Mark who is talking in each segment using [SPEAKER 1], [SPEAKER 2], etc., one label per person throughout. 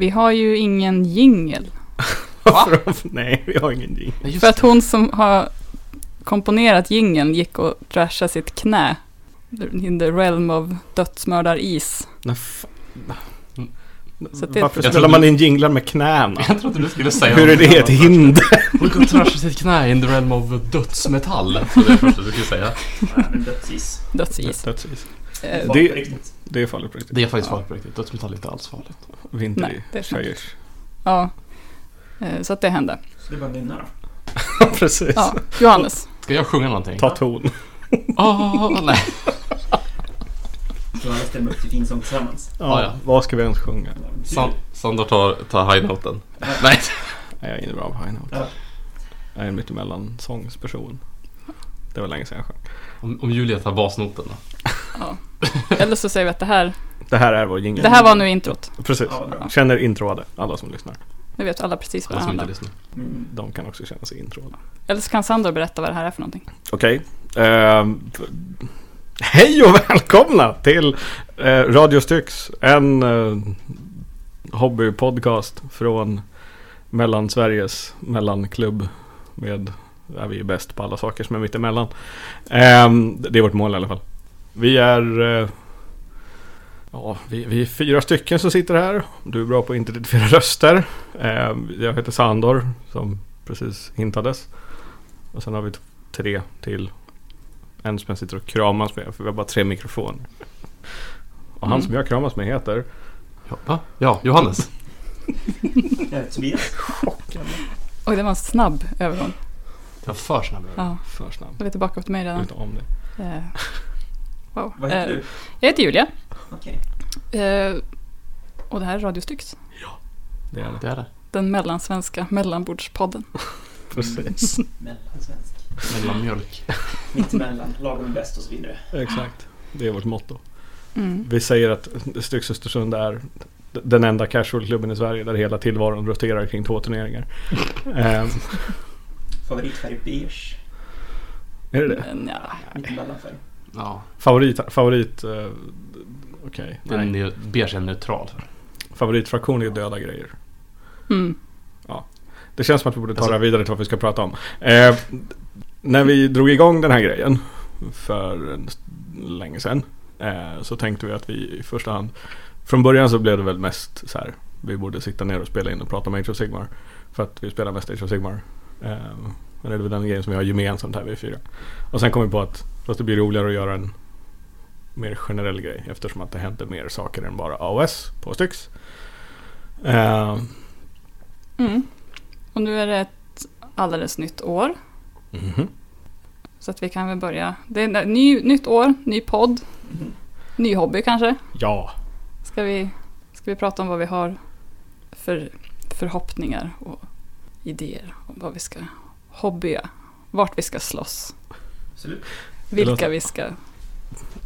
[SPEAKER 1] Vi har ju ingen jingel.
[SPEAKER 2] Va? Nej, vi har ingen jingel.
[SPEAKER 1] Ja, För att hon som har komponerat jingeln gick och trashade sitt knä. In the realm of dödsmördaris.
[SPEAKER 2] Nej, fa-
[SPEAKER 1] Så det-
[SPEAKER 2] Varför
[SPEAKER 1] Jag
[SPEAKER 2] spelar
[SPEAKER 3] trodde-
[SPEAKER 2] man in jinglar med knäna?
[SPEAKER 3] Jag trodde du skulle säga
[SPEAKER 2] Hur är
[SPEAKER 3] något
[SPEAKER 2] det ett
[SPEAKER 3] annat.
[SPEAKER 2] hinder?
[SPEAKER 3] Hon går och trashar sitt knä in the realm of dödsmetall. Så det är det första du skulle säga.
[SPEAKER 4] Dödsis.
[SPEAKER 1] Dödsis.
[SPEAKER 2] Precis.
[SPEAKER 1] Eh,
[SPEAKER 2] Det-
[SPEAKER 4] Det... Riktigt.
[SPEAKER 2] Det är farligt på riktigt.
[SPEAKER 3] Det är faktiskt
[SPEAKER 2] Ja,
[SPEAKER 3] farligt på riktigt. Dödsmetall är inte alls farligt.
[SPEAKER 2] vi är inte
[SPEAKER 1] Nej, det är sant.
[SPEAKER 2] tjejers.
[SPEAKER 1] Ja. Eh, Så att det hände.
[SPEAKER 4] Så det var nynna då.
[SPEAKER 2] Precis.
[SPEAKER 1] Ja, Johannes.
[SPEAKER 3] Ska jag sjunga någonting?
[SPEAKER 2] Ta ton.
[SPEAKER 3] Åh, nej.
[SPEAKER 4] Så alla stämmer upp till fin sång tillsammans.
[SPEAKER 2] Ja,
[SPEAKER 3] Ja, ja.
[SPEAKER 2] Vad ska vi ens sjunga?
[SPEAKER 3] San- Sandor tar, tar high-noten. Nej.
[SPEAKER 2] Nej, jag är inte bra på high note.
[SPEAKER 4] Ja.
[SPEAKER 2] Jag är en mittemellan-sångsperson. Det var länge sedan jag sjöng.
[SPEAKER 3] Om, om Julia tar basnoten då.
[SPEAKER 1] Eller så säger vi att det här,
[SPEAKER 2] Det här är vår jingel.
[SPEAKER 1] det här var nu introt.
[SPEAKER 2] Precis.
[SPEAKER 4] Ja, bra.
[SPEAKER 2] Känner introade, alla som lyssnar.
[SPEAKER 1] Nu vet alla precis vad
[SPEAKER 3] Alla
[SPEAKER 1] det
[SPEAKER 3] som inte
[SPEAKER 1] handlar om.
[SPEAKER 3] lyssnar.
[SPEAKER 4] Mm.
[SPEAKER 2] De kan också känna sig introade.
[SPEAKER 1] Eller så kan Sandor berätta vad det här är för någonting.
[SPEAKER 2] Okej. Ehm, f- hej och välkomna till eh, Radio Styx. En eh, hobbypodcast från Mellansveriges mellanklubb. Med, där vi är bäst på alla saker som är mittemellan. Ehm, det är vårt mål i alla fall. Vi är... Eh, ja, vi, vi är fyra stycken som sitter här. Du är bra på att inte identifiera röster. Ehm, jag heter Sandor, som precis hintades. Och sen har vi tre till. En som jag sitter och kramas med, för vi har bara tre mikrofoner. Och han
[SPEAKER 1] Mm.
[SPEAKER 2] som jag kramas med heter...
[SPEAKER 3] Ja, va? ja, Johannes.
[SPEAKER 4] Eh, Tobias.
[SPEAKER 1] Oj, det var en snabb övergång.
[SPEAKER 3] Jag har för snabb ögon.
[SPEAKER 1] Ja,
[SPEAKER 2] För snabbt.
[SPEAKER 1] då är vi tillbaka åt mig redan.
[SPEAKER 2] Vet om det.
[SPEAKER 1] Eh, Wow.
[SPEAKER 4] Vad heter
[SPEAKER 1] Eh,
[SPEAKER 4] du?
[SPEAKER 1] Jag heter Julia.
[SPEAKER 4] Okej.
[SPEAKER 1] Eh, Och det här är Radio Styx.
[SPEAKER 2] Det är det.
[SPEAKER 3] Det är det.
[SPEAKER 1] Den mellansvenska mellanbordspodden.
[SPEAKER 2] Precis.
[SPEAKER 4] Mellansvensk.
[SPEAKER 3] Mellan mjölk.
[SPEAKER 4] Mittemellan, lagom bäst och så vidare.
[SPEAKER 2] Exakt. Det är vårt motto.
[SPEAKER 1] Mm.
[SPEAKER 2] Vi säger att Styx Östersund är den enda casualklubben i Sverige där hela tillvaron roterar kring två turneringar. Ehm,
[SPEAKER 4] Favoritfärg beige.
[SPEAKER 2] är det det?
[SPEAKER 1] Men, ja.
[SPEAKER 4] Mittemellanfärg.
[SPEAKER 3] Ja.
[SPEAKER 2] Favorit... favorit eh, Okej.
[SPEAKER 3] Den är ju- beige är neutral.
[SPEAKER 2] Favoritfraktion är döda grejer.
[SPEAKER 1] mm.
[SPEAKER 2] Det känns som att vi borde ta
[SPEAKER 3] Alltså-
[SPEAKER 2] det här vidare till vad vi ska prata om. Eh, när vi drog igång den här grejen för en st- länge sedan eh, så tänkte vi att vi i första hand, från början så blev det väl mest så här, vi borde sitta ner och spela in och prata om Age of Sigmar för att vi spelar mest Age of Sigmar. Eh, men det är väl den grejen som vi har gemensamt här vi fyra. Och sen kom vi på att fast det blir roligare att göra en mer generell grej eftersom att det händer mer saker än bara AOS på Styx. Eh,
[SPEAKER 1] Mm. Och nu är det ett alldeles nytt år.
[SPEAKER 2] mhm.
[SPEAKER 1] Så att vi kan väl börja. Det är en ny, nytt år, ny podd,
[SPEAKER 4] Mhm.
[SPEAKER 1] ny hobby kanske.
[SPEAKER 2] Ja.
[SPEAKER 1] Ska vi, ska vi prata om vad vi har för förhoppningar och idéer om vad vi ska hobbya, vart vi ska slåss,
[SPEAKER 4] Absolut.
[SPEAKER 1] vilka
[SPEAKER 2] låter-
[SPEAKER 1] vi ska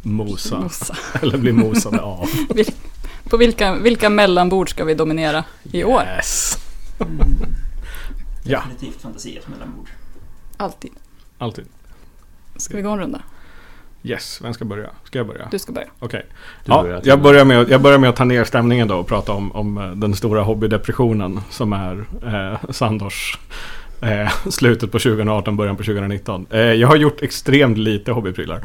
[SPEAKER 2] Mosa.
[SPEAKER 1] mosa,
[SPEAKER 2] Eller bli mosade av.
[SPEAKER 1] på vilka, vilka mellanbord ska vi dominera i år?
[SPEAKER 2] Yes.
[SPEAKER 4] Mm.
[SPEAKER 2] Ja,
[SPEAKER 4] Definitivt fantasi ett mellanbord.
[SPEAKER 1] Alltid.
[SPEAKER 2] alltid.
[SPEAKER 1] Ska vi gå en runda?
[SPEAKER 2] Yes, vem ska börja? Ska jag börja?
[SPEAKER 1] Du ska börja.
[SPEAKER 2] Okej.
[SPEAKER 3] Du
[SPEAKER 2] Ja,
[SPEAKER 3] börjar till-
[SPEAKER 2] jag, börjar med, att- jag börjar med att ta ner stämningen då och prata om, om eh, den stora hobbydepressionen som är eh, Sandors eh, slutet på 2018, början på 2019. Eh, jag har gjort extremt lite hobbyprylar.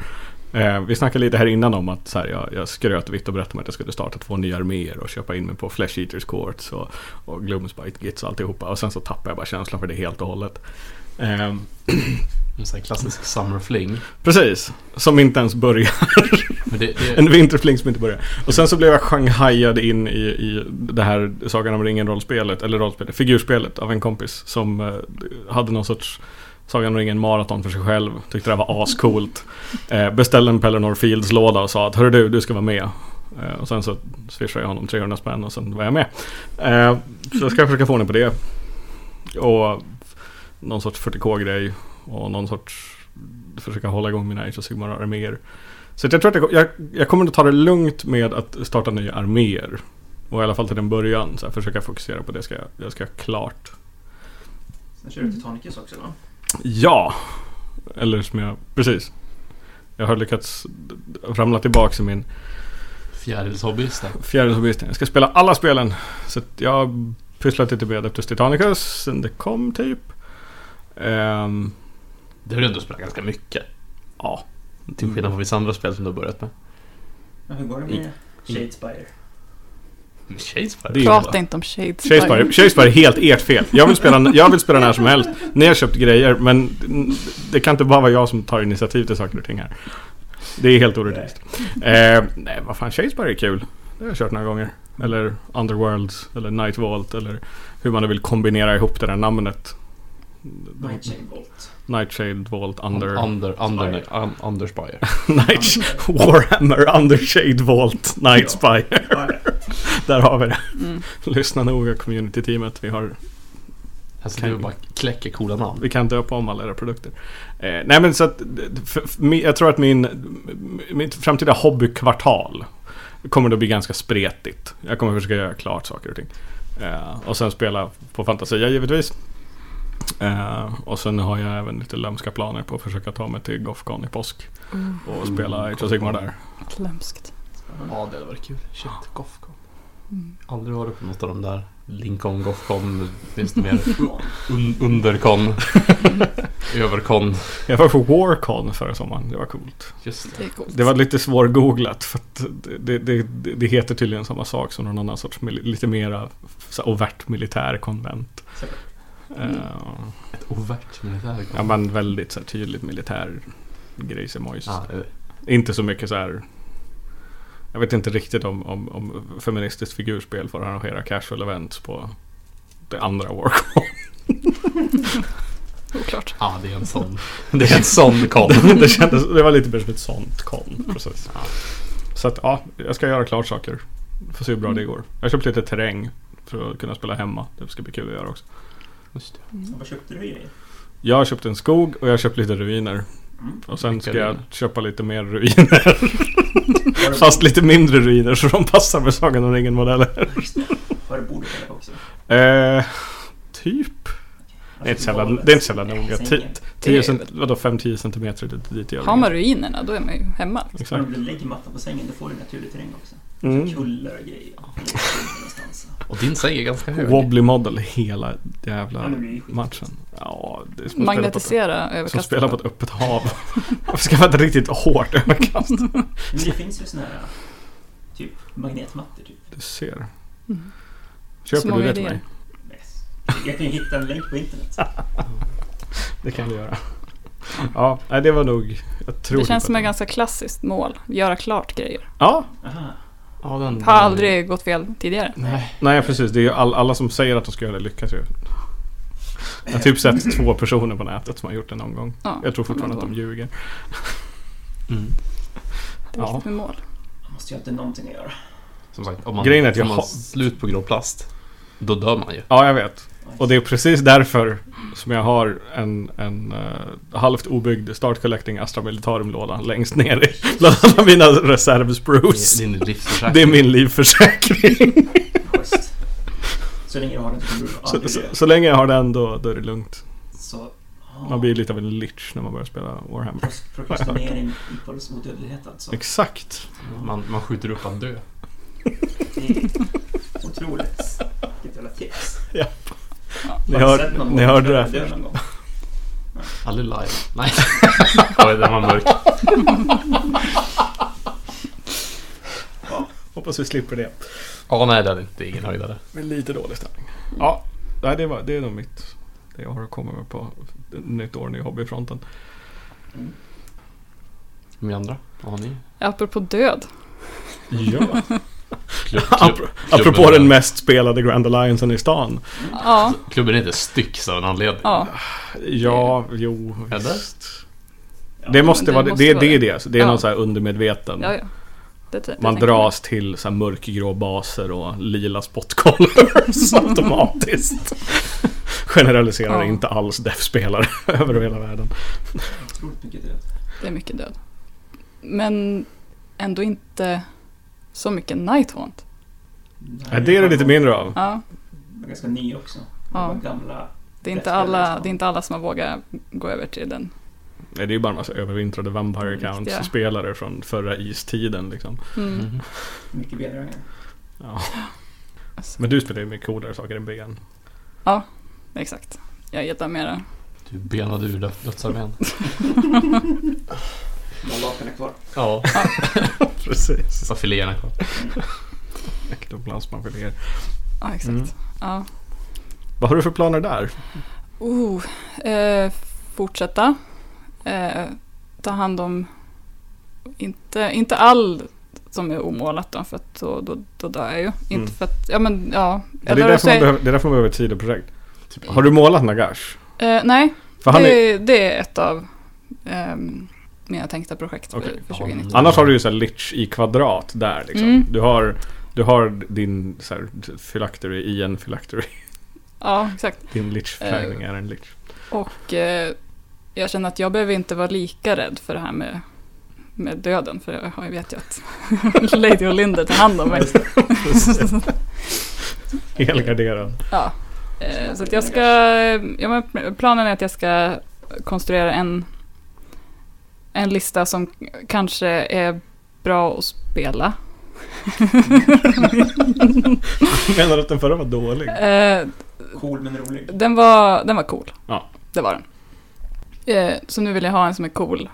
[SPEAKER 2] Eh, vi snackade lite här innan om att så här, jag, jag skröt vitt och brett om att jag skulle starta två nya arméer och köpa in mig på Flesh Eaters Courts och, och Gloomspite Gits och alltihopa. Och sen så tappade jag bara känslan för det helt och hållet. Ehm,
[SPEAKER 3] En sån här klassisk summer fling.
[SPEAKER 2] Precis, som inte ens börjar.
[SPEAKER 3] Men det, det,
[SPEAKER 2] En vinterfling som inte börjar. Och sen så blev jag shanghajad in i, i det här Sagan om ringen-rollspelet, eller rollspelet, figurspelet av en kompis som eh, hade någon sorts Sagan om ringen maraton för sig själv. Tyckte det här var ascoolt. Eh, beställde en Pellinor Fields-låda och sa att hörru du, du ska vara med. Eh, och sen så swishade jag honom 300 spänn och sen var jag med. Eh, så jag ska försöka få ordning på det. Och någon sorts 40k-grej och någon sorts försöka hålla igång mina Age of Sigmar-arméer. Så att jag tror att jag, jag, jag kommer att ta det lugnt med att starta nya arméer. Och i alla fall till den början, så här, försöka fokusera på det ska jag, jag ska ha klart.
[SPEAKER 4] Sen kör du Titanicus också va?
[SPEAKER 2] Ja! Eller som jag, precis. Jag har lyckats ramla tillbaka i min
[SPEAKER 3] Fjärilshobbyisten.
[SPEAKER 2] Fjärilshobbyisten. Jag ska spela alla spelen. Så att jag pysslat lite med Adeptus Titanicus sen det kom typ. Ehm,
[SPEAKER 3] Det har du ändå spelat ganska mycket.
[SPEAKER 2] ja,
[SPEAKER 3] Till skillnad från vissa andra spel som du har börjat med.
[SPEAKER 4] Men hur går det med Shadespire?
[SPEAKER 3] Men Shadespire?
[SPEAKER 2] Det är ju
[SPEAKER 1] Prata
[SPEAKER 2] bara-
[SPEAKER 1] inte om Shades.
[SPEAKER 4] Typ.
[SPEAKER 1] Mm.
[SPEAKER 2] Shadespire, Shadespire är helt ert fel. Jag vill, spela, jag vill spela när som helst. Ni har köpt grejer men det kan inte bara vara jag som tar initiativ till saker och ting här. Det är helt orättvist. Eh, nej, vad fan, Shadespire är kul. Det har jag kört några gånger. Eller Underworlds, eller Night Vault, eller hur man nu vill kombinera ihop det där namnet.
[SPEAKER 4] Nightshade Volt.
[SPEAKER 2] Nightshade Vault, Under...
[SPEAKER 3] Under... Under... Under... un- Underspire.
[SPEAKER 2] Night Warhammer Undershade Vault Night Spy.
[SPEAKER 4] Ja, det.
[SPEAKER 2] Där har vi det.
[SPEAKER 1] Mm.
[SPEAKER 2] Lyssna noga community-teamet. Vi, har,
[SPEAKER 3] Alltså
[SPEAKER 2] Kan-
[SPEAKER 3] du bara kläcker coola namn.
[SPEAKER 2] vi kan döpa om alla era produkter. Eh, nej men så att, för, för, min- jag tror att min, mitt framtida hobbykvartal kommer då bli ganska spretigt. Jag kommer försöka göra klart saker och ting. Eh, och sen spela på Fantasia givetvis. Eh, och sen har jag även lite lömska planer på att försöka ta mig till Gothcon i påsk.
[SPEAKER 1] Mm.
[SPEAKER 2] Och spela Age of Sigmar där.
[SPEAKER 1] Lömskt.
[SPEAKER 4] Spännande.
[SPEAKER 3] Ja, det hade varit kul. Shit, Gothcon.
[SPEAKER 1] Mm.
[SPEAKER 3] Ah. Aldrig varit på något av de där. Lincoln, Gothcon, finns det mer? Un undercon. Övercon.
[SPEAKER 2] Jag var på Warcon förra sommaren. Det var coolt.
[SPEAKER 3] Just
[SPEAKER 1] Det
[SPEAKER 3] det.
[SPEAKER 1] är coolt.
[SPEAKER 2] Det var lite svårgooglat för att det, det, det, det heter tydligen samma sak som någon annan sorts mil- lite mera så här overt militär konvent.
[SPEAKER 1] Mm.
[SPEAKER 2] Eh,
[SPEAKER 3] Ett overt militärkon.
[SPEAKER 2] ja men väldigt så här, tydligt militär grejsemojs.
[SPEAKER 3] Ah, eh,
[SPEAKER 2] Inte så mycket så här jag vet inte riktigt om, om, om feministiskt figurspel får arrangera casual events på det andra Warcraft.
[SPEAKER 1] Oklart.
[SPEAKER 3] ah, det är en sån. Det är en sån kon.
[SPEAKER 2] det, kändes, det var lite mer som ett sånt kon. Precis.
[SPEAKER 3] Ja.
[SPEAKER 2] Så att ja, jag ska göra klart saker. Får se hur bra det går. Jag har köpt lite terräng för att kunna spela hemma. Det ska bli kul att göra också.
[SPEAKER 3] Just det.
[SPEAKER 1] Mm.
[SPEAKER 4] Vad köpte du grejer?
[SPEAKER 2] Jag har köpt en skog och jag har köpt lite ruiner.
[SPEAKER 4] Mm.
[SPEAKER 2] Och sen ska
[SPEAKER 3] Vilka
[SPEAKER 2] jag
[SPEAKER 3] ruiner?
[SPEAKER 2] köpa lite mer ruiner.
[SPEAKER 4] Var det-
[SPEAKER 2] Fast lite mindre ruiner så de passar med Sagan om ringen-modeller.
[SPEAKER 4] Just det. Var det bordet eller också?
[SPEAKER 2] Eh, typ. Det är inte så jävla- det är inte så jävla
[SPEAKER 4] Nej,
[SPEAKER 2] noga.
[SPEAKER 4] sängen.
[SPEAKER 2] Ti- 10
[SPEAKER 1] Det-
[SPEAKER 2] cent, vadå 5-10 centimeter dit- dit jag
[SPEAKER 1] Har man ruinerna då är man ju hemma.
[SPEAKER 2] Exakt.
[SPEAKER 4] Om du lägger mattan på sängen då får du naturlig terräng också.
[SPEAKER 2] Mm.
[SPEAKER 4] Kullar och grejer. Någonstans.
[SPEAKER 3] Och din säng är ganska hög.
[SPEAKER 2] Wobbly model hela
[SPEAKER 4] Ja,
[SPEAKER 2] jävla
[SPEAKER 4] men det är ju skit.
[SPEAKER 2] matchen. Ja, det är som att spela på ett-
[SPEAKER 1] Magnetisera
[SPEAKER 2] Som
[SPEAKER 1] överkastet.
[SPEAKER 2] spelar på ett öppet hav. Varför ska man inte riktigt hårt överkast?
[SPEAKER 4] Men det finns ju såna här typ magnetmattor typ.
[SPEAKER 2] Du ser.
[SPEAKER 1] Mm. Så
[SPEAKER 2] Köper du
[SPEAKER 1] många
[SPEAKER 2] det till
[SPEAKER 1] idéer.
[SPEAKER 2] mig?
[SPEAKER 4] Yes. Jag kan ju hitta en länk på internet.
[SPEAKER 2] Det kan du göra. Ja, nej, det var nog... Jag tror
[SPEAKER 1] Det känns
[SPEAKER 2] typ
[SPEAKER 1] som
[SPEAKER 2] att-
[SPEAKER 1] ett ganska klassiskt mål. Göra klart grejer.
[SPEAKER 2] Ja,
[SPEAKER 4] Aha.
[SPEAKER 3] Ja, den,
[SPEAKER 2] Mm.
[SPEAKER 1] Har aldrig gått fel tidigare.
[SPEAKER 3] Nej.
[SPEAKER 2] nej precis. Det är ju all, alla som säger att de ska göra det lyckas ju. Jag har typ sett två personer på nätet som har gjort det någon gång.
[SPEAKER 1] Ja,
[SPEAKER 2] Jag tror fortfarande
[SPEAKER 1] men
[SPEAKER 2] att
[SPEAKER 1] då.
[SPEAKER 2] de ljuger.
[SPEAKER 3] Mm.
[SPEAKER 1] Det är
[SPEAKER 2] Ja.
[SPEAKER 1] viktigt med mål.
[SPEAKER 4] Jag måste ju alltid någonting att göra.
[SPEAKER 3] Som sagt, om man,
[SPEAKER 2] Grejen är att
[SPEAKER 3] om
[SPEAKER 2] jag
[SPEAKER 3] man
[SPEAKER 2] har-
[SPEAKER 3] slut på grå plast, då dör man ju.
[SPEAKER 2] Ja, jag vet. Och det är precis därför som jag har en, en eh, halvt obyggd Start Collecting Astra Militarum-låda längst ner i bland alla mina reservs-Bruce.
[SPEAKER 3] Det är din livsförsäkring.
[SPEAKER 2] Det är min livförsäkring.
[SPEAKER 4] Schysst. Så länge jag har den så kommer du
[SPEAKER 2] Så,
[SPEAKER 4] aldrig
[SPEAKER 2] så,
[SPEAKER 4] dö.
[SPEAKER 2] så länge jag har den då, då är det lugnt.
[SPEAKER 4] Så... ja.
[SPEAKER 2] Man blir lite av en lich när man börjar spela Warhammer.
[SPEAKER 4] Prost- Prokrastinering equals odödlighet alltså.
[SPEAKER 2] Exakt.
[SPEAKER 3] Man, man skjuter upp att dö.
[SPEAKER 4] Det är otroligt. Vilket jävla tips.
[SPEAKER 2] Ni,
[SPEAKER 4] Har du
[SPEAKER 2] hör,
[SPEAKER 4] sett någon
[SPEAKER 2] ni
[SPEAKER 4] gång
[SPEAKER 2] hörde
[SPEAKER 4] som
[SPEAKER 2] det här
[SPEAKER 4] dör
[SPEAKER 2] först.
[SPEAKER 4] någon gång?
[SPEAKER 3] Aldrig live. Nej. Oj, den var mörk.
[SPEAKER 2] Hoppas vi slipper det.
[SPEAKER 3] Ja, nej, det är inte- det är ingen höjdare.
[SPEAKER 2] Men lite dålig stämning. Ja, nej, det, var, det är nog mitt. Det jag har att komma med på nytt år, ny hobbyfronten.
[SPEAKER 3] Med andra? Vad har ni?
[SPEAKER 1] Apropå död.
[SPEAKER 2] Ja.
[SPEAKER 3] Klubb,
[SPEAKER 2] Apro- Apropå den mest spelade Grand Alliancen i stan.
[SPEAKER 1] Ja,
[SPEAKER 3] Klubben heter Styx av en anledning.
[SPEAKER 1] ja.
[SPEAKER 2] Ja, jo,
[SPEAKER 3] Eller?
[SPEAKER 2] visst.
[SPEAKER 4] Ja,
[SPEAKER 2] Det måste
[SPEAKER 1] det
[SPEAKER 2] vara det.
[SPEAKER 1] måste
[SPEAKER 2] Det,
[SPEAKER 1] vara
[SPEAKER 2] det
[SPEAKER 1] det.
[SPEAKER 2] är det. Alltså, Det är
[SPEAKER 1] Ja.
[SPEAKER 2] någon så här undermedveten.
[SPEAKER 1] ja, ja. Det, det
[SPEAKER 2] Man
[SPEAKER 1] tänker
[SPEAKER 2] dras till så här mörkgrå baser och lila spotcolors automatiskt. Generaliserar
[SPEAKER 1] Ja.
[SPEAKER 2] inte alls DEF-spelare över hela världen.
[SPEAKER 4] Otroligt mycket död.
[SPEAKER 1] jag. Det är mycket död. Men ändå inte så mycket Nighthaunt.
[SPEAKER 2] Nej, det är det lite mindre av.
[SPEAKER 1] Ja,
[SPEAKER 4] De är ganska ny också. De
[SPEAKER 1] Ja.
[SPEAKER 4] var gamla.
[SPEAKER 1] det, är inte alla, det är inte alla som har vågat gå över till den
[SPEAKER 2] Nej, det är ju bara en massa övervintrade Vampire
[SPEAKER 1] Riktiga.
[SPEAKER 2] Counts-spelare från förra istiden liksom.
[SPEAKER 1] Mm.
[SPEAKER 3] Mhm.
[SPEAKER 4] Mycket bedragare.
[SPEAKER 2] Ja.
[SPEAKER 1] Alltså,
[SPEAKER 2] Men du spelar ju mycket coolare saker än Ben.
[SPEAKER 1] Exakt. Jag gillar mera.
[SPEAKER 3] Du benade ur dö- dödsarmén.
[SPEAKER 4] Mandaten är kvar.
[SPEAKER 3] Ja,
[SPEAKER 2] Precis.
[SPEAKER 3] sista filéerna kvar.
[SPEAKER 2] Ektoplasmafiléer.
[SPEAKER 1] Ja, exakt.
[SPEAKER 2] Mm.
[SPEAKER 1] Ja.
[SPEAKER 2] Vad har du för planer där?
[SPEAKER 1] Oh, eh, fortsätta. Eh, ta hand om, inte, inte all som är omålat då, för att då, då, då dör jag ju.
[SPEAKER 2] Mm.
[SPEAKER 1] Inte för att, ja men ja.
[SPEAKER 2] Det är,
[SPEAKER 1] Eller
[SPEAKER 2] därför
[SPEAKER 1] så
[SPEAKER 2] man
[SPEAKER 1] är-
[SPEAKER 2] behöver, det är därför man behöver ett sidoprojekt. Typ, Har du målat Nagash?
[SPEAKER 1] eh, nej,
[SPEAKER 2] För han är,
[SPEAKER 1] det, det är ett av ehm, mina tänkta projekt för,
[SPEAKER 2] Okej.
[SPEAKER 1] för 2019.
[SPEAKER 2] annars har du ju så här lich i kvadrat där liksom.
[SPEAKER 1] Mm.
[SPEAKER 2] Du, har, du har din så här, phylactery i en phylactery.
[SPEAKER 1] Ja, exakt.
[SPEAKER 2] Din lichfärgning
[SPEAKER 1] Eh.
[SPEAKER 2] är en lich.
[SPEAKER 1] Och eh, jag känner att jag behöver inte vara lika rädd för det här med, med döden, för jag har ju vet ju att Lady Olinda tar hand om mig.
[SPEAKER 2] Helgarderad.
[SPEAKER 1] Ja, eh, så att jag ska, ja, men planen är att jag ska konstruera en, en lista som kanske är bra att spela.
[SPEAKER 2] Menar du att den förra var dålig?
[SPEAKER 1] Eh,
[SPEAKER 4] Cool men rolig.
[SPEAKER 1] den, var, den var cool.
[SPEAKER 2] Ja.
[SPEAKER 1] Det var den. Eh, så nu vill jag ha en som är cool,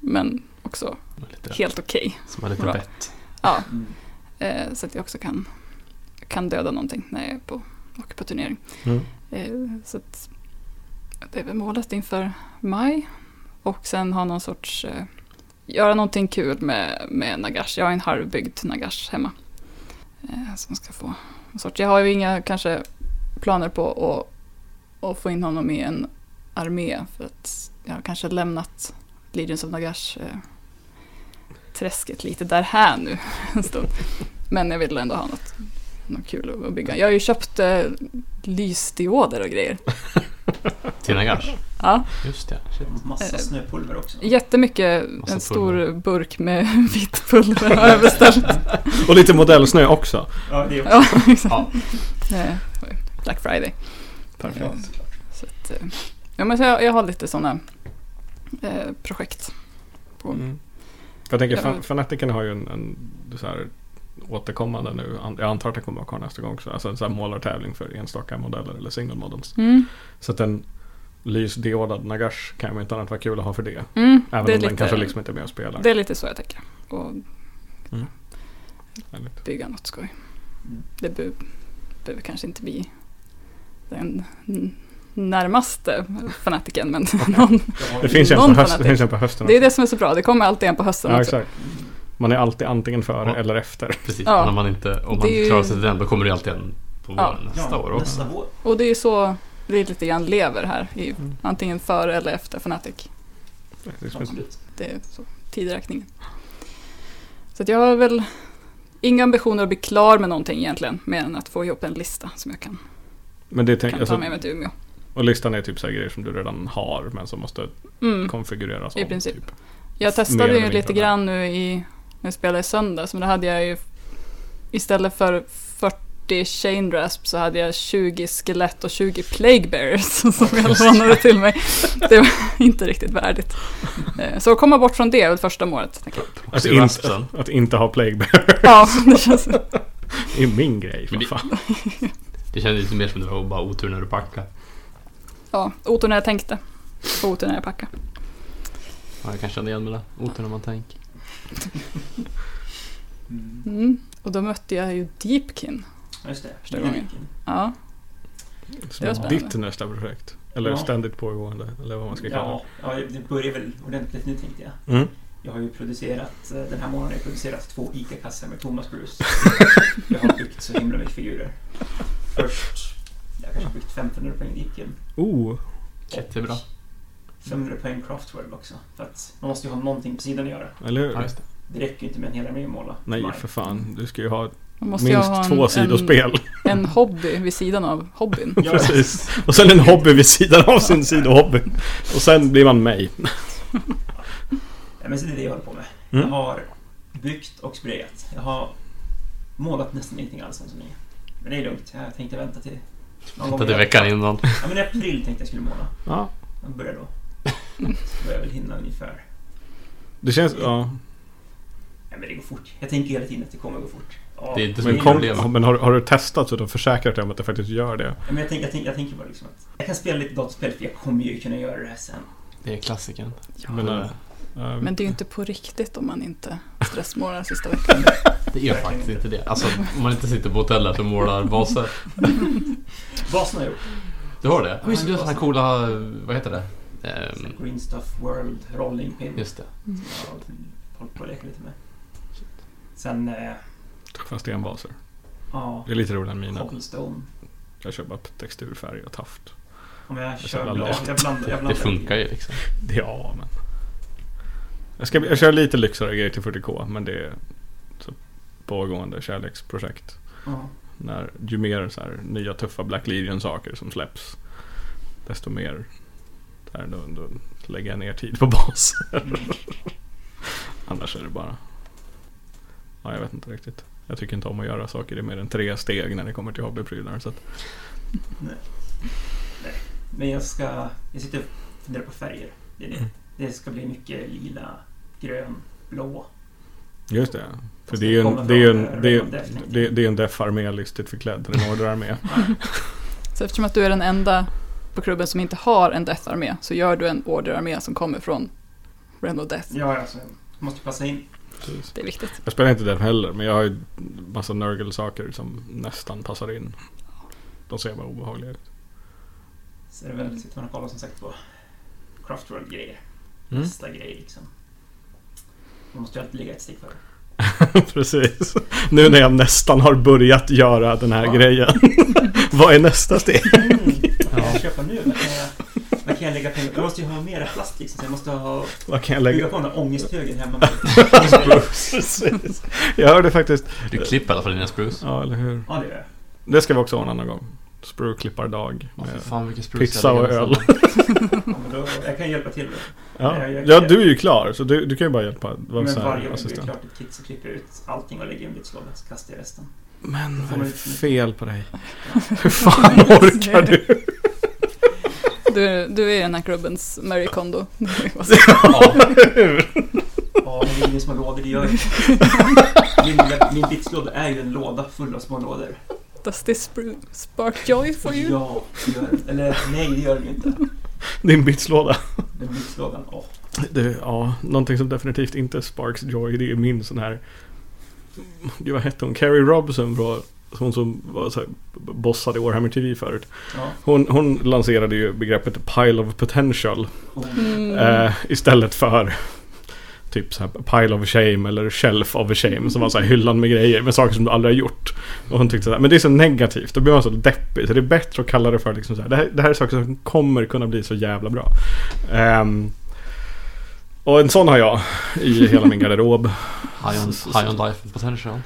[SPEAKER 1] men också
[SPEAKER 3] Lite,
[SPEAKER 1] helt okej.
[SPEAKER 3] som har lite
[SPEAKER 1] Bra.
[SPEAKER 3] bett.
[SPEAKER 1] Ja,
[SPEAKER 4] Mm.
[SPEAKER 1] eh, så att jag också kan, kan döda någonting när jag är på, åker på turnering.
[SPEAKER 2] Mm.
[SPEAKER 1] Eh, Så att det är väl målet inför maj. Och sen ha någon sorts, eh, göra någonting kul med, med Nagash. Jag har en halvbyggd Nagash hemma. Eh, som ska få en sorts, jag har ju inga kanske planer på att, att få in honom i en armé. För att jag har kanske lämnat Legions of Nagash eh, träsket lite där här nu en stund. Men jag vill ändå ha något, något kul att- att bygga. Jag har ju köpt eh, lysdioder och grejer.
[SPEAKER 3] Tina Gash.
[SPEAKER 1] Ja,
[SPEAKER 3] Just det. Shit.
[SPEAKER 4] Massa
[SPEAKER 1] Eh,
[SPEAKER 4] snöpulver också.
[SPEAKER 1] jättemycket.
[SPEAKER 3] Massa
[SPEAKER 1] en stor
[SPEAKER 3] pulver.
[SPEAKER 1] burk med vitt pulver har jag beställt.
[SPEAKER 2] Och lite modellsnö också.
[SPEAKER 4] Ja, det är också
[SPEAKER 1] Ja, exakt.
[SPEAKER 3] Ja.
[SPEAKER 1] Eh, Black Friday.
[SPEAKER 2] Perfekt.
[SPEAKER 4] såklart.
[SPEAKER 1] Så att, eh, ja, men så jag, jag har lite sådana eh, projekt. På.
[SPEAKER 2] Mm. För jag tänker,
[SPEAKER 1] Ja.
[SPEAKER 2] fan, Fanatiken har ju en, en så här, återkommande nu, an- jag antar att den kommer vara kvar nästa gång också, alltså en så här målartävling för enstaka modeller eller single models.
[SPEAKER 1] Mm,
[SPEAKER 2] Så att en lysdiodad Nagash kan ju inte annat vara kul att ha för det.
[SPEAKER 1] mm,
[SPEAKER 2] Även
[SPEAKER 1] det, är
[SPEAKER 2] om den kanske
[SPEAKER 1] lite,
[SPEAKER 2] liksom inte är med och spelar.
[SPEAKER 1] det är lite så jag tänker. Och
[SPEAKER 2] Eller-
[SPEAKER 1] bygga något skoj.
[SPEAKER 4] Mm.
[SPEAKER 1] Det be- behöver kanske inte bli den n- närmaste fanatiken, men någon.
[SPEAKER 4] Jag har
[SPEAKER 2] Det
[SPEAKER 4] ju-
[SPEAKER 2] finns, en på
[SPEAKER 1] Någon
[SPEAKER 2] höst, det
[SPEAKER 1] fanatik.
[SPEAKER 2] finns en på hösten
[SPEAKER 1] Det är
[SPEAKER 2] också.
[SPEAKER 1] det som är så bra, det kommer alltid en på hösten
[SPEAKER 2] Ja,
[SPEAKER 1] också.
[SPEAKER 2] exakt. Man är alltid antingen före
[SPEAKER 3] Ja.
[SPEAKER 2] eller efter.
[SPEAKER 3] Precis,
[SPEAKER 1] Ja.
[SPEAKER 3] men om man inte, om man
[SPEAKER 1] Det är ju-
[SPEAKER 3] inte klarar sig till den då kommer det ju alltid en på
[SPEAKER 1] Ja.
[SPEAKER 3] våren
[SPEAKER 4] Ja,
[SPEAKER 3] nästa år också.
[SPEAKER 4] Nästa vår.
[SPEAKER 1] Och det är ju så det är lite grann lever här, i,
[SPEAKER 2] Mm.
[SPEAKER 1] antingen före eller efter Fnatic.
[SPEAKER 2] Det är liksom inte-
[SPEAKER 4] Absolut.
[SPEAKER 1] Det är så, tideräkningen. Så att jag har väl inga ambitioner att bli klar med någonting egentligen, mer än att få ihop en lista som jag kan,
[SPEAKER 2] Men det tänk,
[SPEAKER 1] kan ta
[SPEAKER 2] alltså,
[SPEAKER 1] med mig till Umeå.
[SPEAKER 2] och listan är typ så här grejer som du redan har men som måste
[SPEAKER 1] Mm.
[SPEAKER 2] konfigureras
[SPEAKER 1] I
[SPEAKER 2] om,
[SPEAKER 1] princip.
[SPEAKER 2] Typ.
[SPEAKER 1] Jag
[SPEAKER 2] Mer
[SPEAKER 1] testade
[SPEAKER 2] eller
[SPEAKER 1] ju
[SPEAKER 2] mindre
[SPEAKER 1] lite
[SPEAKER 2] där.
[SPEAKER 1] grann nu i, när jag spelade i söndags, men då hade jag ju istället för 40 chain rasp så hade jag 20 skelett och 20 plague bearers som jag lånade till mig. Det var inte riktigt värdigt. Eh, Så att komma bort från det är väl första målet. tänker jag.
[SPEAKER 2] Att,
[SPEAKER 3] Också i
[SPEAKER 2] inte,
[SPEAKER 3] raspen.
[SPEAKER 2] att inte ha Plague Bear
[SPEAKER 1] Ja, det känns...
[SPEAKER 2] är min grej.
[SPEAKER 3] Men
[SPEAKER 2] För fan.
[SPEAKER 3] Det kändes lite mer som det var bara otur när du packade.
[SPEAKER 1] Ja, otur när jag tänkte. och Otur när jag packade.
[SPEAKER 3] Ja, jag kan känna igen mig där. Otur när man tänker.
[SPEAKER 4] Mm.
[SPEAKER 1] Mm. Och då mötte jag ju Deepkin.
[SPEAKER 4] Ja, Just det.
[SPEAKER 1] Första gången.
[SPEAKER 4] Dynamiken.
[SPEAKER 1] Ja,
[SPEAKER 2] Som
[SPEAKER 1] var
[SPEAKER 2] är
[SPEAKER 1] spännande.
[SPEAKER 2] ditt nästa projekt. Eller
[SPEAKER 4] Ja.
[SPEAKER 2] ständigt pågående. Eller vad man ska kalla
[SPEAKER 4] Ja, ja, det börjar väl ordentligt nu tänkte jag.
[SPEAKER 2] det. Mm.
[SPEAKER 4] Jag har ju producerat, eh, den här månaden har jag producerat två ICA-kassar med Thomas Bruce. jag har byggt så himla mycket figurer. Först, jag kanske har byggt 1500 poäng Dicken.
[SPEAKER 2] Oh,
[SPEAKER 3] Jättebra.
[SPEAKER 4] 500 poäng Craftworld också. För att man måste ju ha någonting på sidan att göra.
[SPEAKER 2] eller hur?
[SPEAKER 3] Ja, just det.
[SPEAKER 4] Det räcker ju inte med en hel armé att måla.
[SPEAKER 2] Nej,
[SPEAKER 4] Nej.
[SPEAKER 2] för fan. Du ska ju ha
[SPEAKER 1] man måste ju
[SPEAKER 2] minst
[SPEAKER 1] ha en,
[SPEAKER 2] två sidospel.
[SPEAKER 1] En, en hobby vid sidan av hobbyn.
[SPEAKER 4] Ja,
[SPEAKER 2] Precis. Och sen en hobby vid sidan av sin sidohobby. Och sen blir man mig.
[SPEAKER 4] Nej, men så det är det jag håller på med.
[SPEAKER 2] Mm.
[SPEAKER 4] Jag har byggt och sprayat. Jag har målat nästan ingenting alls än så länge. Men det är lugnt. Jag tänkte vänta till... någon gång
[SPEAKER 3] Tittade
[SPEAKER 4] i-
[SPEAKER 3] veckan innan.
[SPEAKER 4] Ja, men i april tänkte jag skulle måla.
[SPEAKER 2] Ja.
[SPEAKER 4] Jag börjar då. Så börjar jag väl hinna ungefär.
[SPEAKER 2] Det känns, ja.
[SPEAKER 4] Nej men det går fort. Jag tänker hela tiden att det kommer gå fort. Ja,
[SPEAKER 3] Det är inte så
[SPEAKER 2] Men,
[SPEAKER 4] men-
[SPEAKER 3] mycket problem.
[SPEAKER 2] kom, men har, har du testat så att du har försäkrat dig om att det faktiskt gör det?
[SPEAKER 4] Ja, Men jag, tänker, jag, tänker, jag tänker bara liksom att jag kan spela lite dataspel för jag kommer ju kunna göra det här sen.
[SPEAKER 3] Det är klassiken.
[SPEAKER 2] Men, eh, eh,
[SPEAKER 1] Men det är ju inte på riktigt om man inte stressmålar den sista veckan.
[SPEAKER 3] Det är faktiskt inte det. Alltså om man inte sitter på hotellet och målar baser.
[SPEAKER 4] Basen har jag gjort.
[SPEAKER 3] Du har det? Just det, du har såna här coola, vad heter det? Ehm,
[SPEAKER 4] Green Stuff World Rolling Pin. typ.
[SPEAKER 3] Just det.
[SPEAKER 4] Jag håller på och leker lite med. Sen, eh,
[SPEAKER 2] Fast det är en baser.
[SPEAKER 4] ja,
[SPEAKER 2] Det är lite roligare än mina.
[SPEAKER 4] Cobblestone.
[SPEAKER 2] Jag kör bara textur, färg och taft.
[SPEAKER 4] Om jag
[SPEAKER 2] så
[SPEAKER 4] kör... Jag,
[SPEAKER 2] jävla
[SPEAKER 4] jag,
[SPEAKER 2] lat.
[SPEAKER 4] jag blandar, jag blandar.
[SPEAKER 3] Det funkar ju liksom.
[SPEAKER 2] Det, ja, men. Jag, ska, jag kör lite lyxigare grejer till 40K, men det är så pågående kärleksprojekt.
[SPEAKER 4] Ja.
[SPEAKER 2] När, ju mer så här, nya tuffa Black Legion-saker som släpps, desto mer där, då, då lägger jag ner tid på bas.
[SPEAKER 4] Mm.
[SPEAKER 2] Annars är det bara... Ja, jag vet inte riktigt. Jag tycker inte om att göra saker i mer än tre steg när det kommer till hobbyprylar. Så att,
[SPEAKER 4] Men jag ska... Jag sitter och funderar på färger. Det, är det. det ska bli mycket lila, grön, blå.
[SPEAKER 2] just det. För
[SPEAKER 4] Fast
[SPEAKER 2] det är ju
[SPEAKER 4] det kommer
[SPEAKER 2] en, det är ju
[SPEAKER 4] från,
[SPEAKER 2] en,
[SPEAKER 4] eh,
[SPEAKER 2] det är,
[SPEAKER 4] Roman Death, tänkte
[SPEAKER 2] det,
[SPEAKER 4] jag.
[SPEAKER 2] det är en deff-armé listigt förklädd till en orderarmé.
[SPEAKER 1] Så eftersom att du är den enda på klubben som inte har en Death-armé så gör du en Order-armé som kommer från Randall Death.
[SPEAKER 4] Ja, alltså, jag måste passa in.
[SPEAKER 2] Precis.
[SPEAKER 1] Det är viktigt.
[SPEAKER 2] Jag spelar inte deff heller, men jag har ju massa Nurgle-saker som nästan passar in. De ser bara obehagliga ut.
[SPEAKER 4] Så är det väl, sitter man och kollar som sagt på Craftworld-grejer.
[SPEAKER 2] Mm.
[SPEAKER 4] Nästa grej liksom. Man måste ju alltid ligga ett steg före.
[SPEAKER 2] Precis. Nu när jag nästan har börjat göra den här
[SPEAKER 4] Ja.
[SPEAKER 2] grejen. Vad är nästa steg?
[SPEAKER 4] Mm, vad kan jag köpa nu? Vad kan jag, vad kan jag lägga pengar Jag måste ju ha mera plast liksom. Så jag måste ha,
[SPEAKER 2] Vad kan jag lägga
[SPEAKER 4] bygga på den där ångesthögen hemma. Med.
[SPEAKER 2] Precis. Jag hörde faktiskt...
[SPEAKER 3] Du klipper i alla fall dina spruce.
[SPEAKER 2] Ja, eller hur.
[SPEAKER 4] Ja, det gör jag.
[SPEAKER 2] Typ. Det ska vi också ordna någon gång. Sprue-klippardag.
[SPEAKER 3] Åh, fy
[SPEAKER 2] med-
[SPEAKER 3] fan vilken spruce
[SPEAKER 2] Pizza
[SPEAKER 3] jag
[SPEAKER 2] och
[SPEAKER 3] lägger
[SPEAKER 2] öl.
[SPEAKER 3] nästan.
[SPEAKER 4] Ja, men då, jag kan hjälpa till. Då.
[SPEAKER 2] Ja.
[SPEAKER 4] Jag- jag-
[SPEAKER 2] ja, du är ju klar. Så du, du kan ju bara hjälpa. Vara
[SPEAKER 4] Men
[SPEAKER 2] så
[SPEAKER 4] varje
[SPEAKER 2] här
[SPEAKER 4] gång det är
[SPEAKER 2] assistent.
[SPEAKER 4] klart ett kit så klipper jag ut allting och lägger i en bytslåda så kastar jag resten.
[SPEAKER 2] Men
[SPEAKER 4] vad är det för
[SPEAKER 2] fel på dig? Hur fan orkar du?
[SPEAKER 1] Du, är- du är den här klubbens Mary Kondo.
[SPEAKER 4] Ja, men det är ingen som har lådor, det gör jag Min, lilla- min bytslåda är ju en låda full av små lådor.
[SPEAKER 1] Does this spru- spark joy for you?
[SPEAKER 4] Ja, det gör den. Eller nej, det gör den ju inte.
[SPEAKER 2] Din bitslåda.
[SPEAKER 4] Men bytslådan, åh.
[SPEAKER 2] Du, ja, någonting som definitivt inte sparks joy, det är min sån här... Gud, vad hette hon? Carrie Robson, var- hon som var så här, bossade i Warhammer TV förut.
[SPEAKER 4] Ja,
[SPEAKER 2] Hon, hon lanserade ju begreppet pile of potential.
[SPEAKER 4] oh.
[SPEAKER 1] Mm.
[SPEAKER 2] Eh, istället för typ så här pile of shame eller shelf of shame som var så här hyllan med grejer med saker som du aldrig har gjort. Och hon tyckte så här, men det är så negativt, då blir man så deppig. Så det är bättre att kalla det för liksom så här, det här, det här är saker som kommer kunna bli så jävla bra. Ehm, och en sån har jag i hela min garderob.
[SPEAKER 3] High on, high on life potential.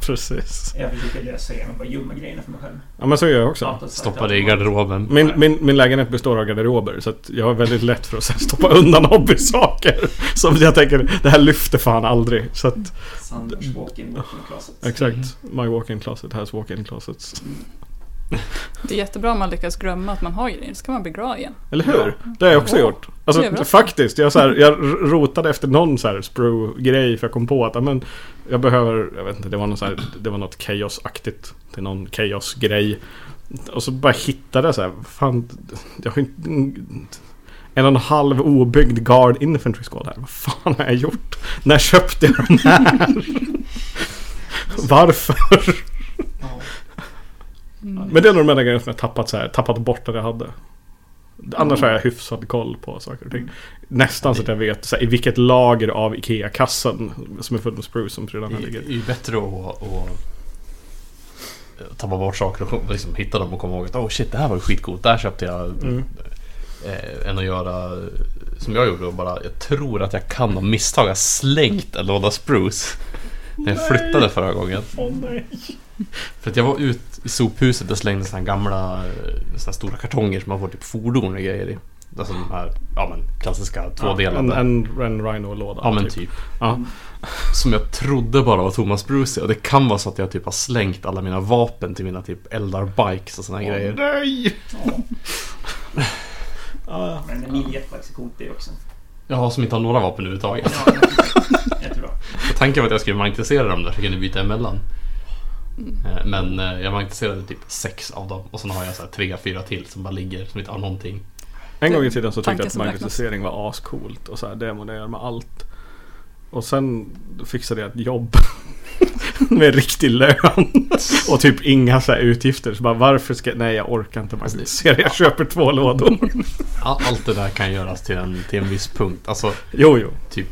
[SPEAKER 2] Precis.
[SPEAKER 4] Jag försöker lösa det genom att bara gömma grejerna för mig själv.
[SPEAKER 2] Ja men så gör jag också.
[SPEAKER 3] Stoppa det i garderoben.
[SPEAKER 2] Min, min, min lägenhet består av garderober så att jag har väldigt lätt för att så här, stoppa undan hobbysaker. Som jag tänker, det här lyfter fan aldrig. Så att
[SPEAKER 4] Sanders walk-in walk-in closet.
[SPEAKER 2] Exakt. My walk-in closet has walk-in closets.
[SPEAKER 1] Det är jättebra om man lyckas glömma att man har grejer, så kan man bli glad igen.
[SPEAKER 2] Eller hur? Det har jag också
[SPEAKER 1] Ja.
[SPEAKER 2] gjort. Alltså
[SPEAKER 1] Det är bra.
[SPEAKER 2] faktiskt, jag, så här, jag r- rotade efter någon så här sprue-grej för jag kom på att ja, men, jag behöver, jag vet inte, det var, någon så här, det var något chaos-aktigt till någon chaos-grej. Och så bara hittade jag så här, fan, jag har inte... En och en halv obyggd Guard Infantry Squad här. Vad fan har jag gjort? När köpte jag den här? Varför?
[SPEAKER 4] Ja.
[SPEAKER 1] Mm.
[SPEAKER 2] Men det är nog de enda grejerna som jag tappat, så här, tappat bort det jag hade. Annars
[SPEAKER 3] Mm.
[SPEAKER 2] har jag hyfsad koll på saker och ting. Nästan så att jag vet så här, i vilket lager av IKEA-kassen som är full med spruce som prylarna
[SPEAKER 3] Det
[SPEAKER 2] ligger.
[SPEAKER 3] är ju bättre att, att tappa bort saker och kom- liksom hitta dem och komma ihåg att oh shit det här var ju skitcoolt. Där köpte jag.
[SPEAKER 2] Mm.
[SPEAKER 3] Eh, än att göra eh, som jag gjorde och bara jag tror att jag kan av misstag ha slängt en låda spruce. När jag
[SPEAKER 2] Nej.
[SPEAKER 3] flyttade förra gången.
[SPEAKER 2] Åh nej.
[SPEAKER 3] För att jag var ut i sophuset och slängde såna här gamla eh, såna här stora kartonger som man får typ fordon och grejer i. Alltså de här ja, men, klassiska tvådelade.
[SPEAKER 2] En, en, en Rhino-låda.
[SPEAKER 3] Ja men typ.
[SPEAKER 2] Ja.
[SPEAKER 3] Som jag trodde bara var Thomas Bruce och det kan vara så att jag typ har slängt alla mina vapen till mina typ eldar bikes och såna här
[SPEAKER 2] Åh,
[SPEAKER 3] grejer.
[SPEAKER 2] nej!
[SPEAKER 4] Ja.
[SPEAKER 2] Ja, ja.
[SPEAKER 4] Men en Ninjetlax är coolt det också.
[SPEAKER 3] Jaha, som inte har några vapen överhuvudtaget.
[SPEAKER 4] Ja, jättebra.
[SPEAKER 3] Så tanken var att jag skulle vara intresserad av dem där så jag kunde byta emellan. Eh, Men eh, jag var intresserad av typ sex av dem och sen har jag så här tre, fyra till som bara ligger som inte har någonting.
[SPEAKER 2] En
[SPEAKER 1] Det-
[SPEAKER 2] gång i tiden så tyckte
[SPEAKER 1] tanken
[SPEAKER 2] jag att
[SPEAKER 1] som
[SPEAKER 2] marknadsföring var ascoolt och så här, det man gör med allt. Och sen fixade jag ett jobb med riktig lön och typ inga så här utgifter. Så bara varför ska Nej, jag orkar inte marknadsföra. Jag köper två lådor.
[SPEAKER 3] All- Allt det där kan göras till en, till en viss punkt. Alltså,
[SPEAKER 2] Jo, jo.
[SPEAKER 3] typ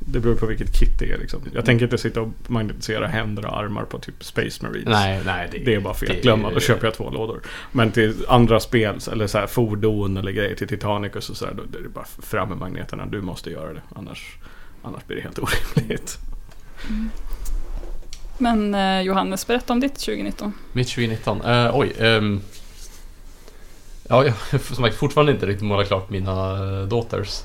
[SPEAKER 2] Det beror på vilket kit det är liksom. Jag tänker inte sitta och magnetisera händer och armar på typ Space Marines.
[SPEAKER 3] Nej, nej. Det,
[SPEAKER 2] Det är bara fel.
[SPEAKER 3] det-
[SPEAKER 2] Glömma, då köper jag två lådor. Men till andra spel, eller så här, fordon eller grejer till Titanicus och sådär, då är det bara fram med magneterna. Du måste göra det, annars, annars blir det helt orimligt.
[SPEAKER 1] Mm. Men eh, Johannes, berätta om ditt 2019.
[SPEAKER 3] Mitt 2019. Eh, oj. ehm. ja, jag har som sagt fortfarande inte riktigt målat klart mina eh, daughters.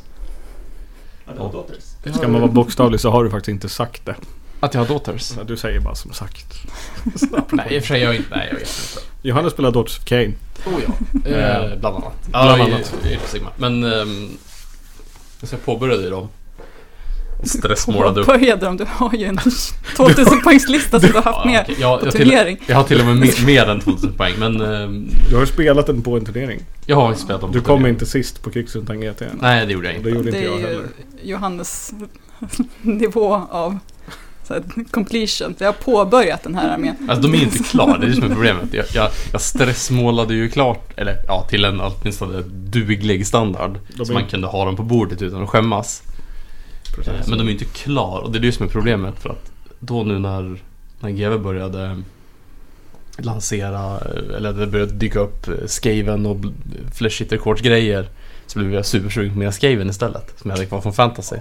[SPEAKER 4] Ja, det var daughters.
[SPEAKER 2] Ska man vara bokstavlig så har du faktiskt inte sagt det.
[SPEAKER 3] Att jag har daughters?
[SPEAKER 2] Så Du säger bara som sagt.
[SPEAKER 3] nej, i och för sig. Jag är inte... Nej, jag vet inte.
[SPEAKER 2] Johannes spelar Dodge of Kane.
[SPEAKER 3] Oh ja.
[SPEAKER 2] Eh,
[SPEAKER 3] Eh, bland annat.
[SPEAKER 2] bland
[SPEAKER 3] Ja,
[SPEAKER 2] annat.
[SPEAKER 3] I, i, i Sigma. Men... ehm, så jag påbörjade ju dem. Stressmålade upp.
[SPEAKER 1] Påbörjade dem, du har ju en 2000 poängslista som du har haft
[SPEAKER 3] Ja,
[SPEAKER 1] med
[SPEAKER 3] okej. jag,
[SPEAKER 1] på
[SPEAKER 3] jag, till,
[SPEAKER 1] turnering.
[SPEAKER 3] jag har till och med mer, mer än 2000 poäng, men ehm,
[SPEAKER 2] Du har ju spelat den på en turnering.
[SPEAKER 3] jag har inte spelat dem
[SPEAKER 2] Du
[SPEAKER 3] på
[SPEAKER 2] kom
[SPEAKER 3] turnering.
[SPEAKER 2] inte sist på Kicks utan GT.
[SPEAKER 3] Nej, det gjorde jag
[SPEAKER 2] Det
[SPEAKER 3] inte.
[SPEAKER 2] gjorde
[SPEAKER 1] Det
[SPEAKER 2] inte jag
[SPEAKER 1] är
[SPEAKER 2] heller.
[SPEAKER 1] ju Johannes nivå av så här, completion. Jag har påbörjat den här armén.
[SPEAKER 3] Alltså de är inte klara, det är det som är problemet. Jag, jag, jag stressmålade ju klart, eller ja, till en åtminstone duglig standard.
[SPEAKER 2] De
[SPEAKER 3] Så
[SPEAKER 2] är-
[SPEAKER 3] man kunde ha dem på bordet utan att skämmas.
[SPEAKER 2] Precis.
[SPEAKER 3] Men de är ju inte klara och det är det som är problemet. För att då nu när, när GW började lansera, eller det började dyka upp eh, Skaven och bl- Flesh Hitter Quartz grejer. Så blev jag supersugen på mina Skaven istället, som jag hade kvar från Fantasy.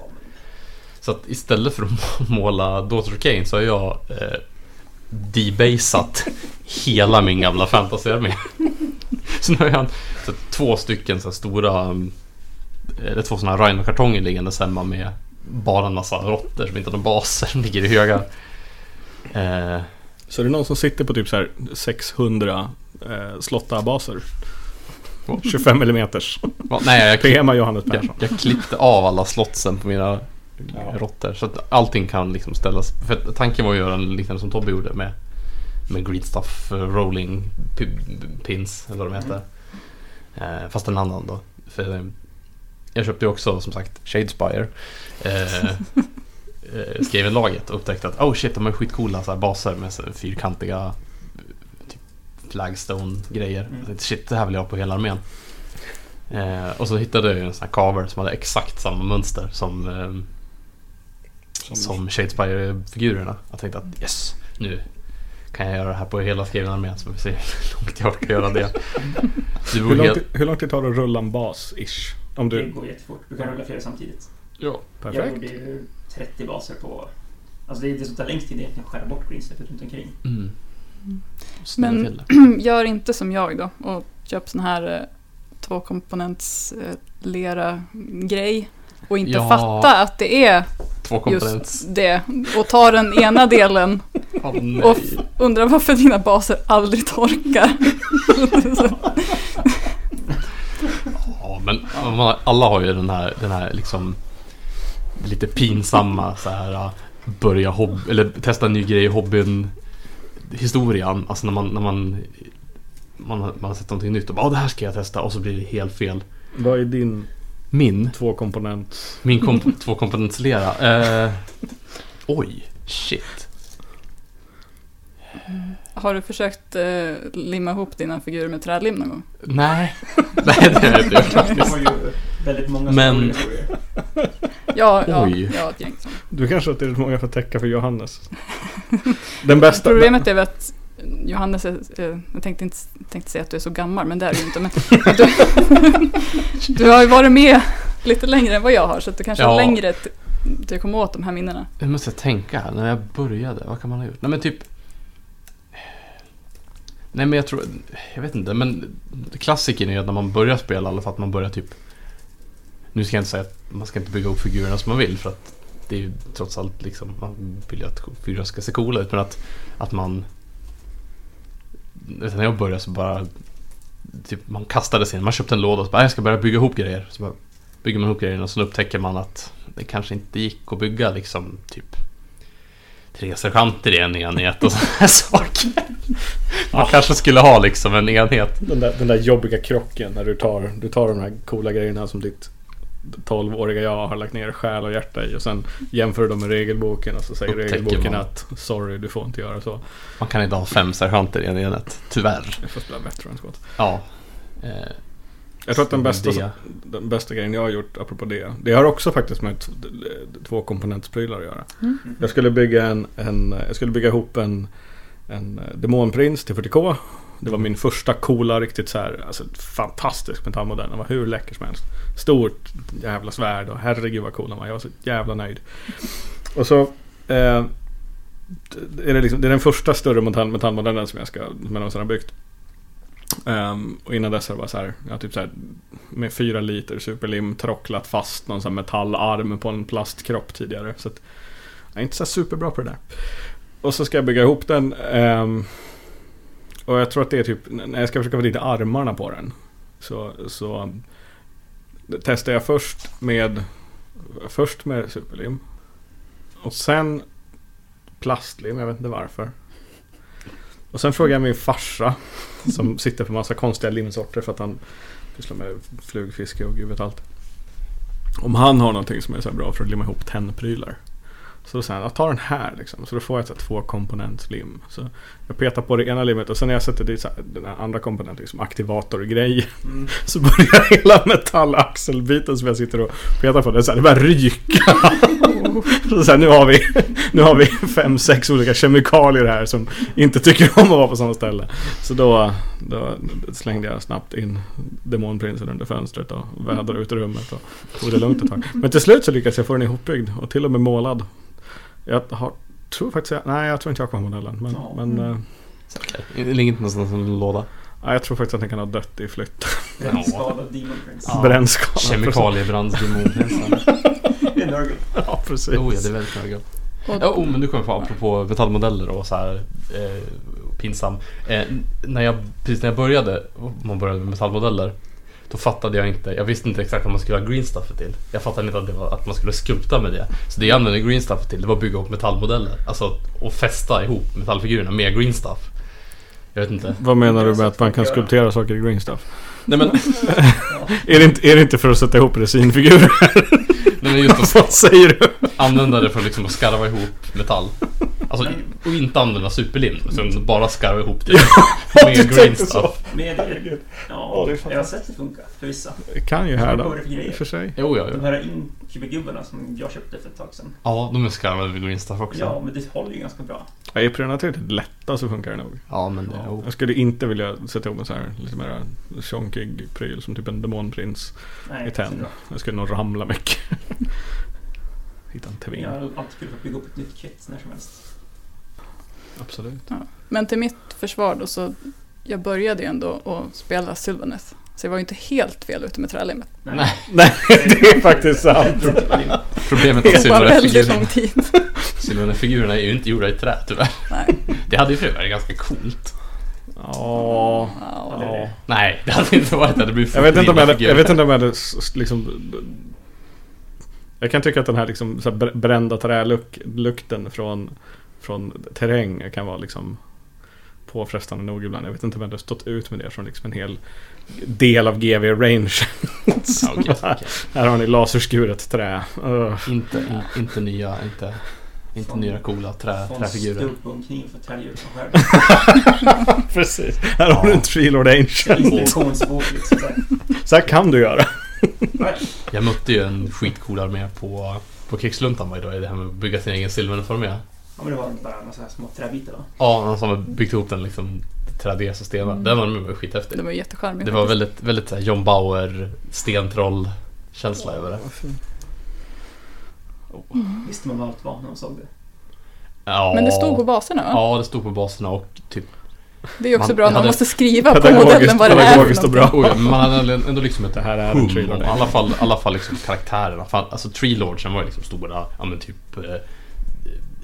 [SPEAKER 3] Så att istället för att måla Daughter of Cain så har jag eh, debasat hela min gamla fantasyarmé. så nu har jag så att två stycken så här stora, mm, eller två sådana här Rhino-kartonger liggandes hemma med bara en massa råttor som inte har några baser, som ligger i högar. Eh,
[SPEAKER 2] Så det är någon som sitter på typ så här 600 eh, slottabaser. 25 mm.
[SPEAKER 3] va- nej, jag, klipp,
[SPEAKER 2] PMa Johannes Persson.
[SPEAKER 3] jag, jag klippte av alla slottsen på mina
[SPEAKER 2] Ja.
[SPEAKER 3] råttor. Så att allting kan liksom ställas. För att tanken var att göra en liknande som Tobbe gjorde med, med greed stuff eh, rolling pi- pins eller vad de heter. Eh, fast en annan då. För eh, jag köpte ju också som sagt Shadespire. Eh, eh, skrev i laget och upptäckte att oh shit de har skitcoola så här baser med så här fyrkantiga eh, typ flagstone-grejer.
[SPEAKER 4] Mm.
[SPEAKER 3] Jag tänkte, Shit, det här vill jag ha på hela armén. Eh, och så hittade jag ju en sån här cover som hade exakt samma mönster som ehm, som Shadespire-figurerna. Jag tänkte att yes, nu kan jag göra det här på hela skrivna armén så vi får se hur långt jag orkar göra det. Det
[SPEAKER 2] Hur
[SPEAKER 3] beror
[SPEAKER 2] långt,
[SPEAKER 3] helt...
[SPEAKER 2] hur långt det tar att rulla en bas, ish? Om
[SPEAKER 4] Det
[SPEAKER 2] du...
[SPEAKER 4] går jättefort. Du kan rulla flera samtidigt.
[SPEAKER 3] Ja.
[SPEAKER 4] Jag
[SPEAKER 2] Perfekt.
[SPEAKER 4] gjorde ju 30 baser på... Alltså det, är det som tar längst tid är egentligen att skära bort greenstepet runt omkring.
[SPEAKER 3] Mm.
[SPEAKER 1] Men-
[SPEAKER 3] Men... Till. det.
[SPEAKER 1] Gör inte som jag då och köp sån här eh, tvåkomponents eh, lera grej och inte
[SPEAKER 3] Ja.
[SPEAKER 1] fatta att det är
[SPEAKER 3] Två komponents.
[SPEAKER 1] just det och ta den ena delen
[SPEAKER 3] Åh,
[SPEAKER 1] och
[SPEAKER 3] nej.
[SPEAKER 1] f- undra varför dina baser aldrig torkar. Så,
[SPEAKER 3] Ja, men man- alla har ju den här, den här liksom lite pinsamma så här äh, börja hob- eller testa en ny grej i hobbyn historien. Alltså när man, när man man, har- man har sett någonting nytt och bara "Ah, det här ska jag testa och så blir det helt fel.
[SPEAKER 2] Vad är din
[SPEAKER 3] Min
[SPEAKER 2] tvåkomponent?
[SPEAKER 3] Min komp- tvåkomponentslera. Eh, oj, shit.
[SPEAKER 1] har du försökt eh, limma ihop dina figurer med trälim någon gång?
[SPEAKER 3] Nej. Nej, det har jag inte gjort.
[SPEAKER 4] Jag har ju väldigt många
[SPEAKER 3] Men-
[SPEAKER 4] stora historier.
[SPEAKER 1] Ja, ja,
[SPEAKER 3] Oj.
[SPEAKER 1] ja ett gäng sådana.
[SPEAKER 2] Du kanske har tillräckligt många för att täcka för Johannes. Den bästa...
[SPEAKER 1] Problemet är väl att Johannes, är, eh, jag tänkte inte tänkte säga att du är så gammal, men det är du ju inte. Men du, du har ju varit med lite längre än vad jag har, så att du kanske har
[SPEAKER 3] Ja.
[SPEAKER 1] längre t- till att komma åt de här minnena.
[SPEAKER 3] Nu måste jag tänka här. När jag började, vad kan man ha gjort? Nej men typ... Nej men jag tror... Jag vet inte, men klassikern är ju att när man börjar spela i alla fall att man börjar typ... Nu ska jag inte säga att man ska inte bygga upp figurerna som man vill för att det är ju trots allt liksom... Man vill ju att figurerna ska se coola ut men att, att man... Jag vet inte, När jag började så bara typ, man kastade sig in, man köpte en låda och så bara, jag ska börja bygga ihop grejer. Så bara, bygger man ihop grejerna och sen upptäcker man att det kanske inte gick att bygga liksom typ tre sergeanter i en enhet och sådana här saker. Man kanske skulle ha liksom en enhet.
[SPEAKER 2] Den där, den där jobbiga krocken när du tar, du tar de här coola grejerna som ditt 12-åriga jag har lagt ner själ och hjärta i och sen jämför du dem med regelboken och så säger
[SPEAKER 3] Upptäcker
[SPEAKER 2] regelboken
[SPEAKER 3] man.
[SPEAKER 2] att sorry, du får inte göra så.
[SPEAKER 3] Man kan inte ha fem sergeanter i en enhet, tyvärr.
[SPEAKER 2] Jag får spela Veteran Squad.
[SPEAKER 3] Ja. Eh,
[SPEAKER 2] Jag tror att den
[SPEAKER 3] det är
[SPEAKER 2] bästa,
[SPEAKER 3] det.
[SPEAKER 2] den bästa grejen jag har gjort, apropå det, det har också faktiskt med t- två komponentsprylar att göra. Jag skulle bygga, en, en, jag skulle bygga ihop en, en demonprins till 40K. Det var min första coola, riktigt så här, alltså fantastisk metallmodell. Den var hur läcker som helst. Stort jävla svärd och herregud vad cool den var. Jag var så jävla nöjd. Och så eh, d- är det, liksom, det är den första större metall, metallmodellen som jag, ska, som jag någonsin har byggt. Ehm, och innan dess har det bara så här, jag har typ så här med fyra liter superlim trocklat fast någon sån här metallarm på en plastkropp tidigare. Så att jag är inte så här superbra på det där. Och så ska jag bygga ihop den. ehm, och jag tror att det är typ, när jag ska försöka få dit armarna på den. Så, så um, testar jag först med, först med superlim. Och sen plastlim, jag vet inte varför. Och sen frågar jag min farsa som sitter på massa konstiga limsorter för att han pysslar med flugfiske och gud vet allt. Om han har någonting som är så här bra för att limma ihop tennprylar. Så då säger han, jag tar den här liksom. Så då får jag ett två komponentslim. Så jag petar på det ena limmet och sen när jag sätter dit så här, den här andra komponenten, liksom aktivatorgrej.
[SPEAKER 4] Mm.
[SPEAKER 2] Så börjar hela metallaxelbiten som jag sitter och petar på. Det, så här, det börjar ryka. Så så här, nu, har vi, nu har vi fem, sex olika kemikalier här som inte tycker om att vara på samma ställe. Så då, då slängde jag snabbt in demonprinsen under fönstret och vädrade ut rummet och tog det lugnt ett tag. Men till slut så lyckades jag få den ihopbyggd och till och med målad. Jag har, tror faktiskt jag, nej jag tror inte jag har kvar modellen. Men,
[SPEAKER 4] Ja.
[SPEAKER 2] men eh,
[SPEAKER 3] så här, det ligger inte någonstans i en låda.
[SPEAKER 2] nej, jag tror faktiskt att den kan ha dött i flytt.
[SPEAKER 4] En skadad Demon Prince.
[SPEAKER 3] Ja.
[SPEAKER 2] Brännskada.
[SPEAKER 3] Kemikaliebrandsdemon.
[SPEAKER 4] Det är Nurgle.
[SPEAKER 2] Ja, precis.
[SPEAKER 3] oh, ja, det är väldigt höga.
[SPEAKER 1] Och-
[SPEAKER 3] Ja, oh, men du kommer på, apropå metallmodeller och så här eh, pinsam. Eh, n- när jag, precis när jag började, man började med metallmodeller, då fattade jag inte, jag visste inte exakt vad man skulle ha green stuffet till. Jag fattade inte att, det var, att man skulle skulpta med det. Så det jag använde green stuffet till, det var att bygga ihop metallmodeller. Alltså att fästa ihop metallfigurerna med green stuff. Jag vet inte.
[SPEAKER 2] Vad menar du med att man kan skulptera saker i green stuff?
[SPEAKER 3] Nej men,
[SPEAKER 2] Är det inte, är det inte för att sätta ihop resinfigurer?
[SPEAKER 3] nej, men just att
[SPEAKER 2] Vad säger du?
[SPEAKER 3] använda det för liksom att skarva ihop metall. Alltså, i- och inte använda superlim, utan bara skarva ihop det med green stuff.
[SPEAKER 4] Med
[SPEAKER 2] Herregud.
[SPEAKER 4] det.
[SPEAKER 2] Ja,
[SPEAKER 4] Ja,
[SPEAKER 2] det är
[SPEAKER 4] jag har
[SPEAKER 2] fantastiskt.
[SPEAKER 4] sett det funka för vissa.
[SPEAKER 2] Det kan ju här
[SPEAKER 4] Vad
[SPEAKER 2] då.
[SPEAKER 4] var det för
[SPEAKER 2] I och
[SPEAKER 4] grejer?
[SPEAKER 2] för sig.
[SPEAKER 3] Jo, ja,
[SPEAKER 4] De
[SPEAKER 3] ja.
[SPEAKER 4] här inkubigubbarna som jag köpte för ett tag sedan.
[SPEAKER 3] ja, de är skarvade vid green stuff också.
[SPEAKER 4] Ja, men det håller ju ganska bra.
[SPEAKER 2] Ja, är pröna tillräckligt lätta så funkar det nog.
[SPEAKER 3] Ja, men det, oh.
[SPEAKER 2] Jag skulle inte vilja sätta ihop en sån här lite mer tjonkig pryl som typ en demonprins
[SPEAKER 4] Nej,
[SPEAKER 2] i
[SPEAKER 4] så
[SPEAKER 2] tenn.
[SPEAKER 4] bra.
[SPEAKER 2] Jag skulle nog ramla mycket. Hitta en tving.
[SPEAKER 4] Jag har alltid kul att bygga upp ett nytt kit när som helst.
[SPEAKER 2] Absolut.
[SPEAKER 1] Men till mitt försvar då så jag började ju ändå att spela Sylvaneth. Så jag var ju inte helt fel ute med trälimmet.
[SPEAKER 3] Nej.
[SPEAKER 2] Nej, det är faktiskt sant.
[SPEAKER 3] Problemet är att
[SPEAKER 1] Det var väldigt
[SPEAKER 3] silverfigurerna-
[SPEAKER 1] lång tid.
[SPEAKER 3] silverfigurerna är ju inte gjorda i trä tyvärr.
[SPEAKER 1] Nej.
[SPEAKER 3] Det hade ju för övrigt varit ganska coolt.
[SPEAKER 2] Ja.
[SPEAKER 1] Ja.
[SPEAKER 4] det är det.
[SPEAKER 3] Nej, det hade inte varit det. Det blir
[SPEAKER 2] Jag vet inte om jag hade,
[SPEAKER 3] figurer.
[SPEAKER 2] jag vet inte om jag hade s- s- liksom Jag kan tycka att den här liksom så här br- brända trälukten från Från terräng kan vara liksom Påfrestande nog ibland. Jag vet inte om jag hade stått ut med det som liksom en hel Del av GV range.
[SPEAKER 3] Ja, okej, okej.
[SPEAKER 2] här har ni laserskuret trä. Ugh.
[SPEAKER 3] Inte, in- inte nya, inte, inte
[SPEAKER 4] Fan.
[SPEAKER 3] nya coola trä,
[SPEAKER 4] Från
[SPEAKER 3] träfigurer.
[SPEAKER 4] stubb och en kniv för att tälja ut skärm.
[SPEAKER 2] Precis. Här har du en Tree Lord Angel.
[SPEAKER 4] Instruktionsbok liksom. så här.
[SPEAKER 2] Så här kan du göra.
[SPEAKER 4] Nej,
[SPEAKER 3] Jag mötte ju en skitcool armé på, på Krigsluntan varje dag i det här med att bygga sin egen silveruniformé.
[SPEAKER 4] Ja, men det var bara några så här små träbitar då.
[SPEAKER 3] Ja, någon som har byggt ihop den liksom trädes och stenar.
[SPEAKER 1] Mm.
[SPEAKER 3] Den armén var ju skithäftig.
[SPEAKER 1] Det var ju jättecharmigt.
[SPEAKER 3] Det var
[SPEAKER 1] faktiskt.
[SPEAKER 3] väldigt, väldigt så här John Bauer, stentroll känsla över det.
[SPEAKER 4] Visste man vad allt var när man såg det?
[SPEAKER 3] Ja,
[SPEAKER 1] Men det stod på baserna va?
[SPEAKER 3] Ja, det stod på baserna och typ...
[SPEAKER 1] Det är ju också
[SPEAKER 3] Man-
[SPEAKER 1] bra när man
[SPEAKER 3] hade-
[SPEAKER 1] måste skriva på
[SPEAKER 2] Pedagogiskt-
[SPEAKER 1] modellen vad det är
[SPEAKER 2] pedagogiskt och
[SPEAKER 1] för
[SPEAKER 2] bra.
[SPEAKER 1] någonting.
[SPEAKER 3] Oj, men man hade ändå liksom ett
[SPEAKER 2] Det här är en Tree
[SPEAKER 3] hum
[SPEAKER 2] Lord
[SPEAKER 3] om i
[SPEAKER 2] Angel.
[SPEAKER 3] alla fall, i alla fall liksom karaktärerna. Fan, alltså Tree Lordsen var ju liksom stora, ja men typ eh,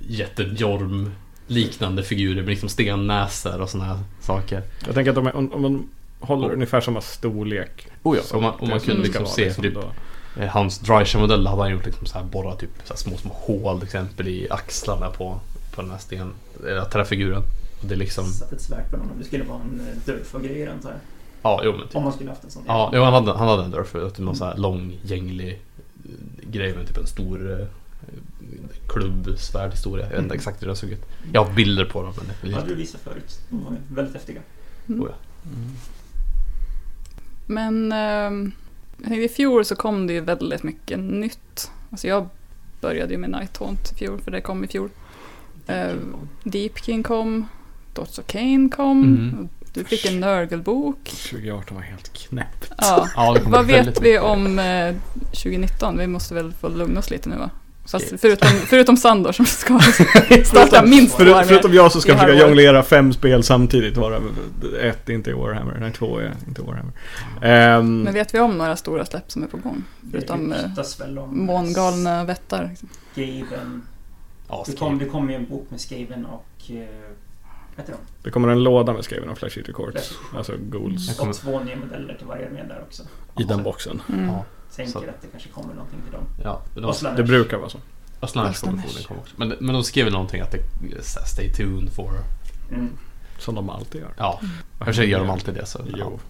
[SPEAKER 3] jättejorm liknande figurer med liksom stennäsor och såna här saker.
[SPEAKER 2] Jag tänker att om, jag- om, om, håller ungefär samma storlek.
[SPEAKER 3] Oh ja,
[SPEAKER 2] som
[SPEAKER 3] och man, och man
[SPEAKER 2] det
[SPEAKER 3] kunde
[SPEAKER 2] ska
[SPEAKER 3] liksom
[SPEAKER 2] vara,
[SPEAKER 3] se typ,
[SPEAKER 2] då.
[SPEAKER 3] eh, hans Drysha-modell hade han gjort liksom så här, borrat typ så här små, små hål till exempel i axlarna på, på den här sten, eller träfiguren. Och det är liksom,
[SPEAKER 4] Satt ett svärd på någon. Det skulle vara en eh, Durfa-grej antar jag.
[SPEAKER 3] ja jo men typ.
[SPEAKER 4] Om man skulle haft en sån.
[SPEAKER 3] Ja, jo, han, hade, han hade en dörr förut. Någon sån här lång, gänglig eh, grej med typ en stor eh, klubbsvärdhistoria. Jag vet inte
[SPEAKER 4] Mm.
[SPEAKER 3] exakt hur den såg ut. Jag har bilder på dem. Men det är
[SPEAKER 4] Det hade du
[SPEAKER 3] lite,
[SPEAKER 4] visat förut. De var ju väldigt häftiga.
[SPEAKER 1] Mm.
[SPEAKER 3] Oh ja.
[SPEAKER 1] Men ehm, jag tänkte, i fjol så kom det ju väldigt mycket nytt. Alltså jag började ju med Night Haunt i fjol, för det kom i fjol. Eh, Deep King kom, Dots of Kane kom,
[SPEAKER 3] Mm.
[SPEAKER 1] och du fick en Nörgelbok.
[SPEAKER 2] 2018 var helt knäppt.
[SPEAKER 1] Ja.
[SPEAKER 3] ja, det kommer
[SPEAKER 1] Vad
[SPEAKER 3] väldigt
[SPEAKER 1] vet vi
[SPEAKER 3] mycket.
[SPEAKER 1] om eh, 2019? Vi måste väl få lugna oss lite nu va? Fast
[SPEAKER 3] Yes.
[SPEAKER 1] förutom, förutom Sandor som ska starta minst två
[SPEAKER 2] För,
[SPEAKER 1] arméer.
[SPEAKER 2] förutom jag som ska
[SPEAKER 1] i
[SPEAKER 2] försöka
[SPEAKER 1] Harvard.
[SPEAKER 2] jonglera fem spel samtidigt. Varav ett inte är Warhammer, nej två är inte Warhammer.
[SPEAKER 3] Mm.
[SPEAKER 2] Ehm,
[SPEAKER 1] Men vet vi om några stora släpp som är på gång? Förutom
[SPEAKER 4] Det typ
[SPEAKER 1] eh,
[SPEAKER 4] ryktas väl om
[SPEAKER 1] mångalna vättar. Liksom.
[SPEAKER 4] Skaven.
[SPEAKER 3] Ja,
[SPEAKER 4] Det kom, det kom ju en bok med Skaven och... eh, Vad heter de?
[SPEAKER 2] det kommer en låda med skriven av Flash Eater Courts,
[SPEAKER 4] Flash Eater.
[SPEAKER 2] alltså Ghouls,
[SPEAKER 3] Jag kommer-
[SPEAKER 4] Och två nya modeller till varje armé där också.
[SPEAKER 2] i den boxen.
[SPEAKER 1] Mm.
[SPEAKER 3] Ja.
[SPEAKER 4] Tänker
[SPEAKER 3] Så-
[SPEAKER 4] att det kanske kommer någonting till dem.
[SPEAKER 3] Ja, det
[SPEAKER 4] Och
[SPEAKER 3] var
[SPEAKER 4] Slanesh.
[SPEAKER 2] Det brukar vara så.
[SPEAKER 3] Östlanders-konventionen kom också. Men, men de skrev väl någonting att det så här, stay tuned for...
[SPEAKER 4] Mm.
[SPEAKER 2] Som de alltid gör.
[SPEAKER 3] Ja,
[SPEAKER 1] Mm.
[SPEAKER 3] i och för sig gör de alltid det. Så, ja.
[SPEAKER 2] Jo.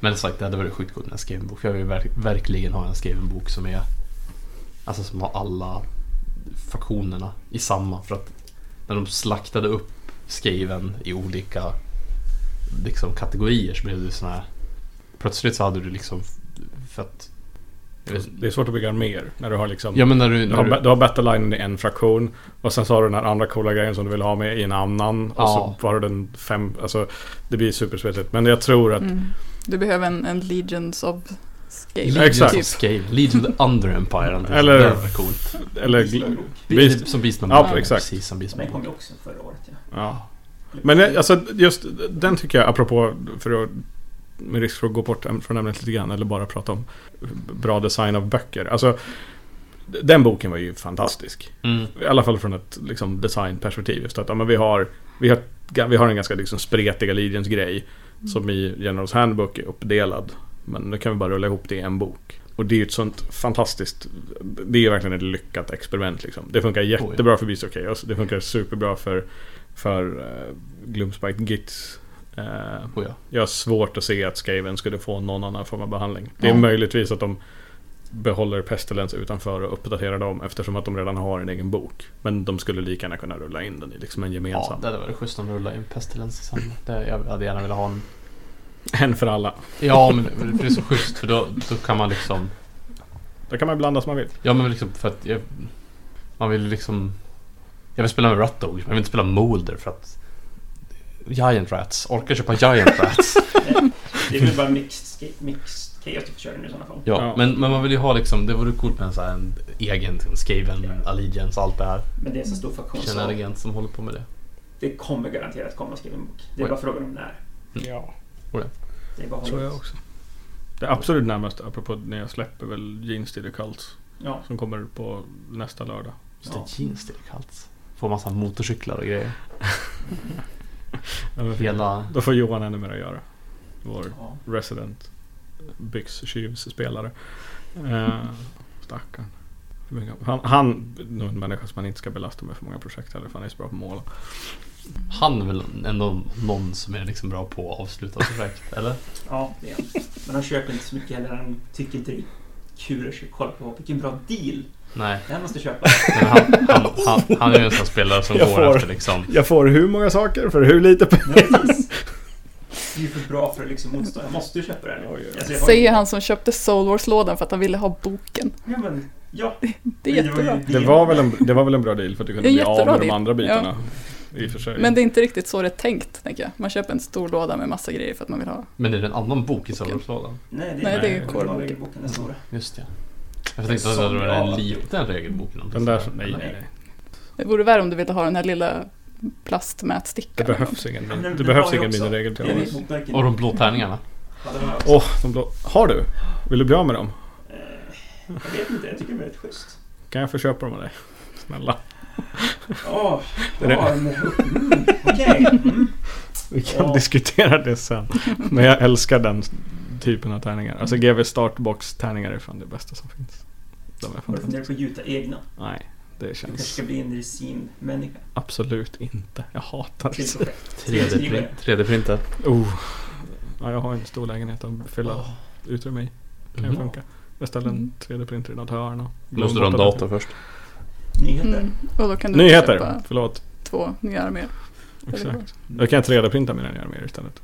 [SPEAKER 3] Men som sagt, det hade varit skitcoolt med en skriven bok. Jag vill verk, verkligen ha en skriven bok som är... Alltså som har alla faktionerna i samma. För att när de slaktade upp skriven i olika liksom, kategorier så blev det såna här... Plötsligt så hade du liksom... För att... Jag vet,
[SPEAKER 2] Det är svårt att bygga arméer när du har liksom
[SPEAKER 3] ja men när du...
[SPEAKER 2] Du
[SPEAKER 3] När
[SPEAKER 2] har,
[SPEAKER 3] du
[SPEAKER 2] du har battlelinen i en fraktion och sen så har du den här andra coola grejen som du vill ha med i en annan. Och
[SPEAKER 3] Ja.
[SPEAKER 2] så har du den fem, alltså det blir supersvettigt. Men jag tror att
[SPEAKER 1] Mm. Du behöver en, en Legions of Scale.
[SPEAKER 2] Ja, exakt.
[SPEAKER 1] Typ.
[SPEAKER 3] Scale. Lead of the Under Empire.
[SPEAKER 2] Eller-
[SPEAKER 3] Det var coolt.
[SPEAKER 2] Eller...
[SPEAKER 4] Islandbok.
[SPEAKER 2] Beast-
[SPEAKER 3] Som Beastman.
[SPEAKER 2] Ja, exakt.
[SPEAKER 3] Precis som
[SPEAKER 4] Så
[SPEAKER 3] Beastman.
[SPEAKER 4] Den kom ju också förra året ja.
[SPEAKER 2] Ja. Men jag- alltså just den tycker jag, apropå för att med risk för att gå bort från ämnet lite grann eller bara prata om bra design av böcker. Alltså, den boken var ju fantastisk.
[SPEAKER 3] Mm.
[SPEAKER 2] I alla fall från ett liksom, designperspektiv. Just att ja, men vi, har, vi, har, vi har en ganska liksom, spretiga Legions-grej som i Generals Handbook är uppdelad. Men nu kan vi bara rulla ihop det i en bok. Och det är ju ett sånt fantastiskt... Det är ju verkligen ett lyckat experiment liksom. Det funkar jättebra för Beast of Chaos. Det funkar superbra för, för eh, Gloomspike Gits. Eh,
[SPEAKER 3] Oh, ja.
[SPEAKER 2] jag har svårt att se att Skaven skulle få någon annan form av behandling. Det är
[SPEAKER 3] Ja.
[SPEAKER 2] möjligtvis att de behåller Pestilence utanför och uppdaterar dem eftersom att de redan har en egen bok. Men de skulle lika gärna kunna rulla in den i liksom en
[SPEAKER 3] ja,
[SPEAKER 2] gemensam.
[SPEAKER 3] det hade varit schysst om de rullade in Pestilence sen. Det, jag hade gärna velat ha en...
[SPEAKER 2] En för alla.
[SPEAKER 3] Ja, men det- det är så schysst för då, då kan man liksom...
[SPEAKER 2] Då kan man blanda som man vill.
[SPEAKER 3] Ja, men liksom för att jag, Man vill liksom... Jag vill spela med Ratdog, men jag vill inte spela Molder för att... Giant Rats. Orkar köpa Giant Rats?
[SPEAKER 4] Eh, Det är väl bara mixed, ska- mixed chaos du får köra nu i sådana fall.
[SPEAKER 3] Ja,
[SPEAKER 2] Ja.
[SPEAKER 3] Men, men man vill ju ha liksom... Det vore coolt med en, så här, en egen liksom, Skaven, Allegiance, allt det här.
[SPEAKER 4] Men det är en så stor faktion
[SPEAKER 3] Känner en
[SPEAKER 4] så
[SPEAKER 3] agent som håller på med det.
[SPEAKER 4] det kommer garanterat komma och skriva en bok. Det
[SPEAKER 3] Oj.
[SPEAKER 4] är bara frågan om när.
[SPEAKER 2] Ja,
[SPEAKER 4] Det är bara att
[SPEAKER 2] tror
[SPEAKER 4] hålla
[SPEAKER 2] jag
[SPEAKER 4] ut.
[SPEAKER 2] också. Det absolut närmaste, apropå när jag släpper, väl Jeans Diddy Cults.
[SPEAKER 4] Ja.
[SPEAKER 2] Som kommer på nästa lördag.
[SPEAKER 3] Just
[SPEAKER 4] Ja.
[SPEAKER 3] det, jeans det är kallt. Får massa motorcyklar och grejer. Hela...
[SPEAKER 2] Då får Johan ännu mer att göra. Vår
[SPEAKER 4] ja.
[SPEAKER 2] resident byxtjuvsspelare. Eh, stackarn. Hur mycket- Han, han är nog en människa som man inte ska belasta med för många projekt heller, för han är så bra på att måla.
[SPEAKER 3] Han är väl ändå någon som är liksom bra på att avsluta projekt, eller?
[SPEAKER 4] ja, det är han. Men han köper inte så mycket heller. Han tycker inte det är kul att köpa- kolla på. Vilken bra deal!
[SPEAKER 3] Nej,
[SPEAKER 4] Det här måste jag köpa.
[SPEAKER 3] men han, han, han, han är ju en sån spelare som
[SPEAKER 2] Jag
[SPEAKER 3] går
[SPEAKER 2] får.
[SPEAKER 3] efter liksom...
[SPEAKER 2] Jag får hur många saker för hur lite pengar?
[SPEAKER 4] Nej, precis. Det är ju för bra för att liksom motstå. Jag måste ju köpa det här nu.
[SPEAKER 2] Oj, oj, oj.
[SPEAKER 4] Alltså, jag har ju-
[SPEAKER 1] Säger han som köpte Soul Wars-lådan för att han ville ha boken.
[SPEAKER 4] Ja, men, ja.
[SPEAKER 1] Det är
[SPEAKER 4] Men var ju
[SPEAKER 1] jättebra.
[SPEAKER 2] Det
[SPEAKER 4] deal.
[SPEAKER 2] var, väl en, det var väl en bra deal för att du kunde
[SPEAKER 1] En
[SPEAKER 2] bli av
[SPEAKER 1] jättebra
[SPEAKER 2] med de
[SPEAKER 1] deal.
[SPEAKER 2] andra bitarna. I och för sig.
[SPEAKER 1] Men det är inte riktigt så det är tänkt, tänker jag. Man köper en stor låda med massa grejer för att man vill ha.
[SPEAKER 3] Men är det en annan bok i
[SPEAKER 1] Okej.
[SPEAKER 3] Sölvesborgslådan?
[SPEAKER 4] Nej, det är,
[SPEAKER 1] Nej,
[SPEAKER 2] det är
[SPEAKER 4] ju
[SPEAKER 1] korvboken.
[SPEAKER 4] boken den stora.
[SPEAKER 3] Just det. Jag tänkte att det hade varit en liten regelbok. eller någonting
[SPEAKER 2] Den där,
[SPEAKER 3] sånt
[SPEAKER 2] nej, nej, nej.
[SPEAKER 1] Det vore värre om du ville ha den här lilla
[SPEAKER 2] Det
[SPEAKER 1] plastmätstickan.
[SPEAKER 2] behövs ingen,
[SPEAKER 4] Men den-
[SPEAKER 2] det
[SPEAKER 4] den
[SPEAKER 2] behövs
[SPEAKER 4] har ju
[SPEAKER 2] ingen
[SPEAKER 4] också-
[SPEAKER 2] miniregel till
[SPEAKER 4] Det är
[SPEAKER 2] Johan.
[SPEAKER 4] ju bokmärken.
[SPEAKER 3] Och de blå tärningarna.
[SPEAKER 4] Ja, det var-
[SPEAKER 2] Åh, de blå. Har du? Vill du bli av med dem?
[SPEAKER 4] Eh, Jag vet inte, jag tycker det är väldigt schysst.
[SPEAKER 2] Kan jag få köpa dem av dig? Snälla.
[SPEAKER 4] Åh,
[SPEAKER 2] Den är-
[SPEAKER 4] ja, men, mm, okej. Mm.
[SPEAKER 2] Vi kan
[SPEAKER 4] Ja.
[SPEAKER 2] diskutera det sen. Men jag älskar den typen av tärningar.
[SPEAKER 4] Mm.
[SPEAKER 2] Alltså GW Startbox tärningar är fan det bästa som finns. De är
[SPEAKER 4] Har du funderat
[SPEAKER 2] fantastiska.
[SPEAKER 4] på att gjuta egna?
[SPEAKER 2] Nej, det
[SPEAKER 4] Du kanske
[SPEAKER 2] känns
[SPEAKER 4] ska bli en resin-människa?
[SPEAKER 2] absolut inte. Jag hatar
[SPEAKER 4] Till
[SPEAKER 2] det.
[SPEAKER 4] projekt.
[SPEAKER 3] 3D-printer. 3D-printer.
[SPEAKER 2] Oh. Ja, jag har en stor lägenhet att fylla utrymme i. Kan ju
[SPEAKER 4] Mhm.
[SPEAKER 3] Mm.
[SPEAKER 2] funka. Jag ställer
[SPEAKER 4] Mm.
[SPEAKER 2] en 3D-printer i något hörn och...
[SPEAKER 3] Måste du ha en dator först?
[SPEAKER 4] Nyheter?
[SPEAKER 1] Mm. Och då kan du
[SPEAKER 2] Nyheter!
[SPEAKER 1] köpa
[SPEAKER 2] Förlåt.
[SPEAKER 1] två nya arméer.
[SPEAKER 2] Exakt.
[SPEAKER 1] Exakt.
[SPEAKER 2] Då kan jag 3D-printa mina arméer istället.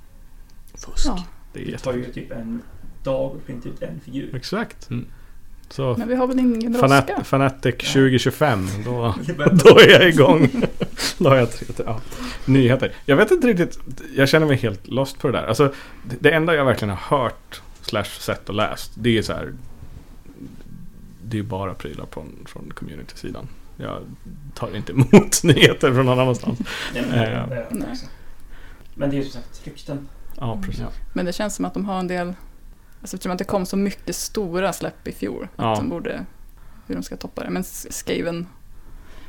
[SPEAKER 3] Fusk.
[SPEAKER 1] Ja,
[SPEAKER 2] Det är
[SPEAKER 4] Det tar
[SPEAKER 2] jättebra.
[SPEAKER 4] ju typ en dag att printa ut en figur.
[SPEAKER 2] Exakt.
[SPEAKER 3] Mm.
[SPEAKER 2] Så
[SPEAKER 1] men vi har väl ingen
[SPEAKER 2] Fanat,
[SPEAKER 1] brådska?
[SPEAKER 2] Fanatic 2025, då,
[SPEAKER 4] Det börjar-
[SPEAKER 2] då är jag igång. då har jag tre, ja, nyheter. Jag vet inte riktigt, jag känner mig helt lost på det där. Alltså, det det enda jag verkligen har hört, slash sett och läst, det är så här... Det är bara prylar från, från community-sidan. Jag tar inte emot nyheter från någon annanstans.
[SPEAKER 4] Nej, men,
[SPEAKER 2] Eh,
[SPEAKER 4] det börjar
[SPEAKER 1] nej.
[SPEAKER 4] också. men det är ju som sagt rykten.
[SPEAKER 2] Ja, precis.
[SPEAKER 3] Ja.
[SPEAKER 1] Men det känns som att de har en del, alltså eftersom att det kom så mycket stora släpp i fjol,
[SPEAKER 2] Ja.
[SPEAKER 1] att de borde, hur de ska toppa det. Men Skaven,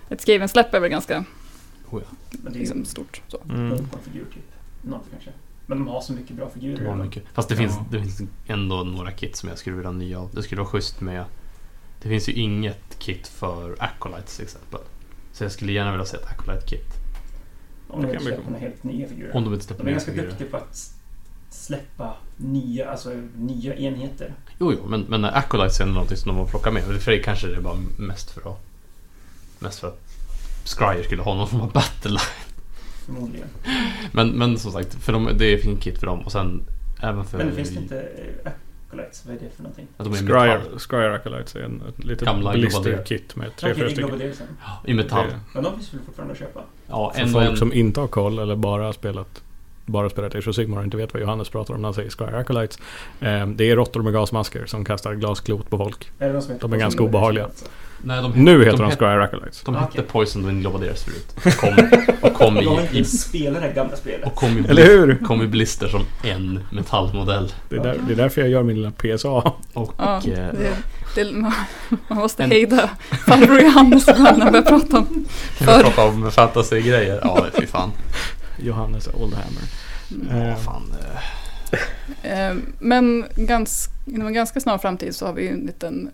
[SPEAKER 1] ett Skaven-släpp är väl ganska
[SPEAKER 4] Men det är ju
[SPEAKER 1] liksom, stort. Så.
[SPEAKER 2] Mm.
[SPEAKER 4] någon på en figur typ. Någon kanske. Men de har så mycket bra figurer.
[SPEAKER 3] Det var
[SPEAKER 4] redan.
[SPEAKER 3] mycket. Fast det finns,
[SPEAKER 2] Ja.
[SPEAKER 3] det finns ändå några kit som jag skulle vilja ha nya av. Det skulle vara schysst med... Det finns ju inget kit för Acolytes till exempel. Så jag skulle gärna vilja se ett Acolyte-kit.
[SPEAKER 4] Om
[SPEAKER 2] Det kan
[SPEAKER 4] de inte
[SPEAKER 2] bli
[SPEAKER 4] släpper
[SPEAKER 2] coolt.
[SPEAKER 4] några helt nya figurer.
[SPEAKER 3] Om de inte släpper
[SPEAKER 4] De är
[SPEAKER 3] nya
[SPEAKER 4] ganska
[SPEAKER 3] figurer.
[SPEAKER 4] duktiga på att släppa nya, alltså, nya enheter.
[SPEAKER 3] Jo, jo, men, men Acolytes är ändå någonting som de har plockat med. För det kanske det är bara mest för att... Mest för att Scryer skulle ha någon form av battle
[SPEAKER 4] Förmodligen.
[SPEAKER 3] Men, men som sagt, för de, det är fin kit för dem och sen även för...
[SPEAKER 4] Men det finns det inte eh, Acolytes? Vad är det för någonting?
[SPEAKER 3] Att de är i metall.
[SPEAKER 2] Scryer, Scryer Acolytes är en, ett litet
[SPEAKER 3] Gamla
[SPEAKER 2] blisterkit med tre,
[SPEAKER 4] Okej,
[SPEAKER 2] fyra
[SPEAKER 4] det är
[SPEAKER 2] stycken.
[SPEAKER 4] Globodation.
[SPEAKER 3] Ja, I metall.
[SPEAKER 2] Det-
[SPEAKER 4] Men de finns väl fortfarande att köpa?
[SPEAKER 3] Ja,
[SPEAKER 2] För
[SPEAKER 3] en och
[SPEAKER 2] folk
[SPEAKER 3] en.
[SPEAKER 2] som inte har koll eller bara har spelat bara spelat Age of Sigmar och inte vet vad Johannes pratar om när han säger Squire Acolytes. Eh, det är råttor med gasmasker som kastar glasklot på folk.
[SPEAKER 4] Är det de, som heter
[SPEAKER 2] De är ganska
[SPEAKER 4] Globodation
[SPEAKER 2] obehagliga.
[SPEAKER 4] alltså?
[SPEAKER 3] Nej, de,
[SPEAKER 2] Nu heter de
[SPEAKER 3] hette-
[SPEAKER 2] Squire Acolytes.
[SPEAKER 3] De
[SPEAKER 4] Ah,
[SPEAKER 3] hette
[SPEAKER 4] okej.
[SPEAKER 3] Poison och Global Deras förut. Och kom, och kom
[SPEAKER 4] De har
[SPEAKER 3] i,
[SPEAKER 4] inte
[SPEAKER 3] i,
[SPEAKER 4] ens spelat det här gamla spelet.
[SPEAKER 3] och kom i,
[SPEAKER 2] Eller hur?
[SPEAKER 3] kom i blister som en metallmodell.
[SPEAKER 2] Det är, där, det är därför jag gör min lilla PSA.
[SPEAKER 3] Och
[SPEAKER 1] Ja,
[SPEAKER 3] eh,
[SPEAKER 1] det, det, man, man måste
[SPEAKER 3] En-
[SPEAKER 1] hejda farbror Johannes när man börjar prata om
[SPEAKER 3] kan
[SPEAKER 1] förr.
[SPEAKER 3] vi prata om fantasy-grejer? Ja, fy fan.
[SPEAKER 2] Johannes Oldhammer.
[SPEAKER 3] Ja,
[SPEAKER 2] Eh,
[SPEAKER 3] fan. eh.
[SPEAKER 1] Eh, Men ganska, inom en ganska snar framtid så har vi ju en liten...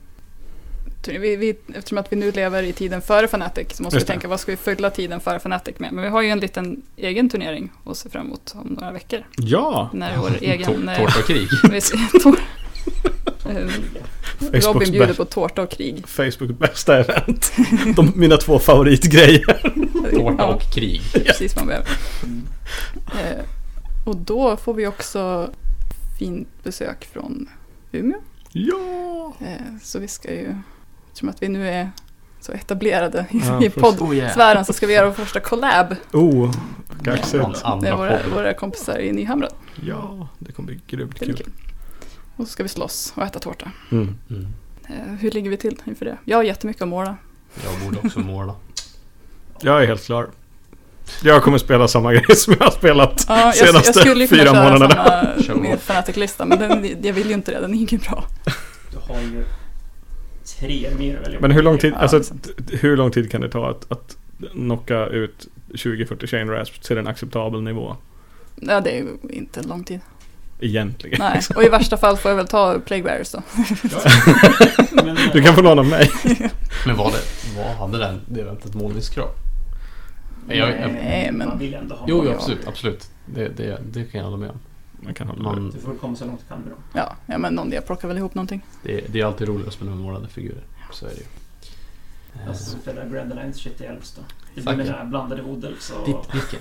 [SPEAKER 1] Vi, vi, eftersom att vi nu lever i tiden före Fanatic så måste
[SPEAKER 2] Just
[SPEAKER 1] vi
[SPEAKER 2] det.
[SPEAKER 1] tänka vad ska vi fylla tiden före Fanatic med. Men vi har ju en liten egen turnering att se fram emot om några veckor.
[SPEAKER 2] ja!
[SPEAKER 1] När vår
[SPEAKER 3] Tår-
[SPEAKER 1] egen... eh,
[SPEAKER 3] Tårta och krig.
[SPEAKER 1] vi ser- tår- eh, Robin
[SPEAKER 2] Facebooks
[SPEAKER 1] bjuder
[SPEAKER 2] bästa,
[SPEAKER 1] på tårta och krig.
[SPEAKER 2] Facebooks bästa event. De, mina två favoritgrejer.
[SPEAKER 3] Tårta
[SPEAKER 1] Ja,
[SPEAKER 3] och krig.
[SPEAKER 1] precis vad man behöver.
[SPEAKER 3] Oh.
[SPEAKER 4] Mm.
[SPEAKER 1] Eh, Och då får vi också fint besök från Umeå.
[SPEAKER 2] Ja!
[SPEAKER 1] Eh, Så vi ska ju, eftersom att vi nu är så etablerade i,
[SPEAKER 2] Ja,
[SPEAKER 1] i
[SPEAKER 2] först-
[SPEAKER 1] poddsfären
[SPEAKER 3] Oh yeah.
[SPEAKER 1] så ska vi göra vår första collab
[SPEAKER 2] Oh, kaxigt.
[SPEAKER 3] Hans
[SPEAKER 1] med
[SPEAKER 3] andra
[SPEAKER 1] våra,
[SPEAKER 3] podd.
[SPEAKER 1] våra kompisar i Nyhamra.
[SPEAKER 2] Ja, det kommer bli grymt
[SPEAKER 1] Det blir
[SPEAKER 2] kul.
[SPEAKER 1] kul. Och så ska vi slåss och äta tårta.
[SPEAKER 2] Mm.
[SPEAKER 3] Mm.
[SPEAKER 1] Eh, Hur ligger vi till inför det? Jag har jättemycket att måla.
[SPEAKER 3] Jag borde också måla.
[SPEAKER 2] Jag är helt klar. Jag kommer spela samma grej som jag har spelat.
[SPEAKER 1] Ja, jag, jag
[SPEAKER 2] Senaste
[SPEAKER 1] skulle ju kunna
[SPEAKER 2] fyra
[SPEAKER 1] köra
[SPEAKER 2] månaderna.
[SPEAKER 1] samma
[SPEAKER 3] Kör
[SPEAKER 1] min
[SPEAKER 3] hårt.
[SPEAKER 1] fanatic-lista, men den, jag vill ju inte det. Den är ingen bra.
[SPEAKER 4] Du har ju tre mer att välja
[SPEAKER 2] Men hur lång tid,
[SPEAKER 1] Ja,
[SPEAKER 2] alltså,
[SPEAKER 1] sant.
[SPEAKER 2] t- hur lång tid kan det ta att, att knocka ut 20-40 chain rasp till en acceptabel nivå?
[SPEAKER 1] Ja, det är ju inte lång tid.
[SPEAKER 2] Egentligen.
[SPEAKER 1] Nej, och i värsta fall får jag väl ta Plague Bearers då.
[SPEAKER 4] Ja. Men, eh,
[SPEAKER 2] Du kan få låna mig.
[SPEAKER 3] Men vad, det, vad hade den, det eventet målningskrav? Jag- jag-
[SPEAKER 1] Nej, men-
[SPEAKER 4] eh, Man vill ändå ha
[SPEAKER 3] Jo,
[SPEAKER 1] ja.
[SPEAKER 3] jo absolut. absolut. Det, det, det kan jag hålla med om.
[SPEAKER 2] Man kan hålla med.
[SPEAKER 3] Man,
[SPEAKER 4] Du får komma så långt du kan med dem.
[SPEAKER 1] Ja, ja men någon jag plockar väl ihop någonting.
[SPEAKER 3] det, det är alltid roligast med de målade figurer. Så är det ju. Eh,
[SPEAKER 4] Alltså så spelar Grand Alliance shit i Elves då. Det blir
[SPEAKER 3] Fuck
[SPEAKER 4] mina
[SPEAKER 3] yeah.
[SPEAKER 4] blandade Woodels
[SPEAKER 3] Eh,
[SPEAKER 4] och
[SPEAKER 3] Ditt, vilken?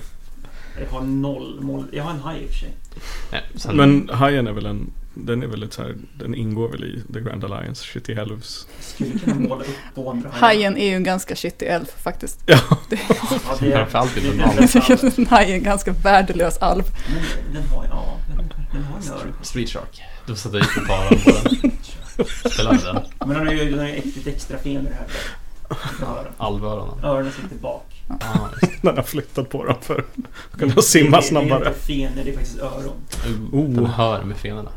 [SPEAKER 4] jag har noll mål. Jag har en haj i och för sig.
[SPEAKER 3] Nej, sen,
[SPEAKER 2] Men hajen är väl en, den är väl ett så här, den ingår väl i The Grand Alliance, Shitty Helves.
[SPEAKER 4] Jag skulle kunna måla upp på andra
[SPEAKER 1] Hajen är ju en ganska shitty elf faktiskt.
[SPEAKER 4] Ja,
[SPEAKER 3] Framförallt inte
[SPEAKER 4] det-
[SPEAKER 3] en
[SPEAKER 4] det- det-
[SPEAKER 1] Den här är en ganska värdelös alv.
[SPEAKER 4] Men den har ja, den, den har en öron.
[SPEAKER 3] Street Shark. Du får sätta dit på paran på den. Spela med den.
[SPEAKER 4] Men den har ju, den har ju äckligt extra fen i det här. Öron.
[SPEAKER 3] Alvöronen.
[SPEAKER 4] Öronen sitter bak.
[SPEAKER 3] Ah, just
[SPEAKER 2] Den har flyttat på dem för att kunna simma
[SPEAKER 4] Det är
[SPEAKER 2] snabbare.
[SPEAKER 4] inte fenor, det är faktiskt öron.
[SPEAKER 3] det.
[SPEAKER 2] Oh.
[SPEAKER 3] Den hör med fenorna.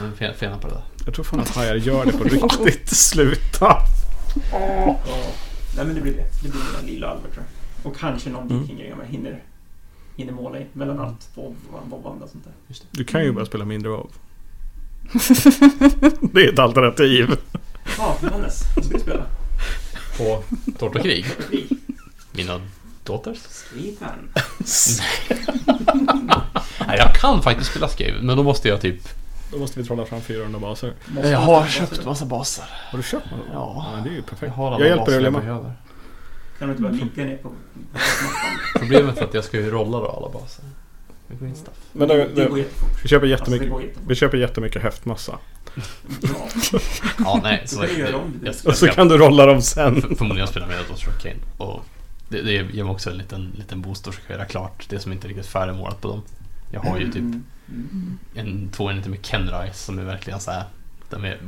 [SPEAKER 3] Den fe- Fena på det där.
[SPEAKER 2] Jag tror fan att hajar gör det på riktigt. Sluta!
[SPEAKER 4] Ja, Nej men det blir det. Det blir den lilla Albert tror jag. Och kanske någon
[SPEAKER 2] Mm.
[SPEAKER 4] viking jag hinner, hinner måla i. Mellan allt vov vov och annat sånt där.
[SPEAKER 2] Du kan ju bara spela mindre av. Det är ett alternativ.
[SPEAKER 4] Ja, Johannes. Vad ska du spela?
[SPEAKER 3] På Tårta och krig.
[SPEAKER 4] Krig.
[SPEAKER 3] Mina daughters.
[SPEAKER 4] Skriven.
[SPEAKER 3] Nej, jag kan faktiskt spela Skave, men då måste jag typ...
[SPEAKER 2] Då måste vi trolla fram 400 baser.
[SPEAKER 3] massa baser.
[SPEAKER 2] Har du köpt någon?
[SPEAKER 3] Ja.
[SPEAKER 2] Det är ju perfekt.
[SPEAKER 3] Jag
[SPEAKER 2] Jag,
[SPEAKER 3] har alla
[SPEAKER 2] hjälper dig
[SPEAKER 3] baser
[SPEAKER 2] att
[SPEAKER 3] jag
[SPEAKER 2] lämna.
[SPEAKER 3] behöver.
[SPEAKER 4] Kan du inte bara
[SPEAKER 3] Mm.
[SPEAKER 4] ligga ner på mattan?
[SPEAKER 3] Problemet är att jag ska ju rolla då alla baser. Det går inte staff.
[SPEAKER 2] Men då,
[SPEAKER 4] Det
[SPEAKER 2] då,
[SPEAKER 4] går jättefort.
[SPEAKER 2] vi köper
[SPEAKER 4] Alltså det
[SPEAKER 2] jättemycket,
[SPEAKER 4] går
[SPEAKER 2] vi
[SPEAKER 4] jättefort.
[SPEAKER 2] köper jättemycket häftmassa.
[SPEAKER 4] Ja,
[SPEAKER 3] Ja, nej.
[SPEAKER 4] du
[SPEAKER 3] Så
[SPEAKER 4] kan ju göra
[SPEAKER 3] jag,
[SPEAKER 4] om det.
[SPEAKER 3] jag,
[SPEAKER 2] Och så
[SPEAKER 3] ska
[SPEAKER 2] kan du rolla dem sen.
[SPEAKER 3] För- Förmodligen jag spelar med Doctor of Kane. Och det, det ger mig också en liten, liten boost och så kan jag göra klart det som inte är riktigt färdigmålat på dem. Jag har ju typ
[SPEAKER 4] Mm, mm.
[SPEAKER 3] en, två enheter med Kenrise som är verkligen så här. De är,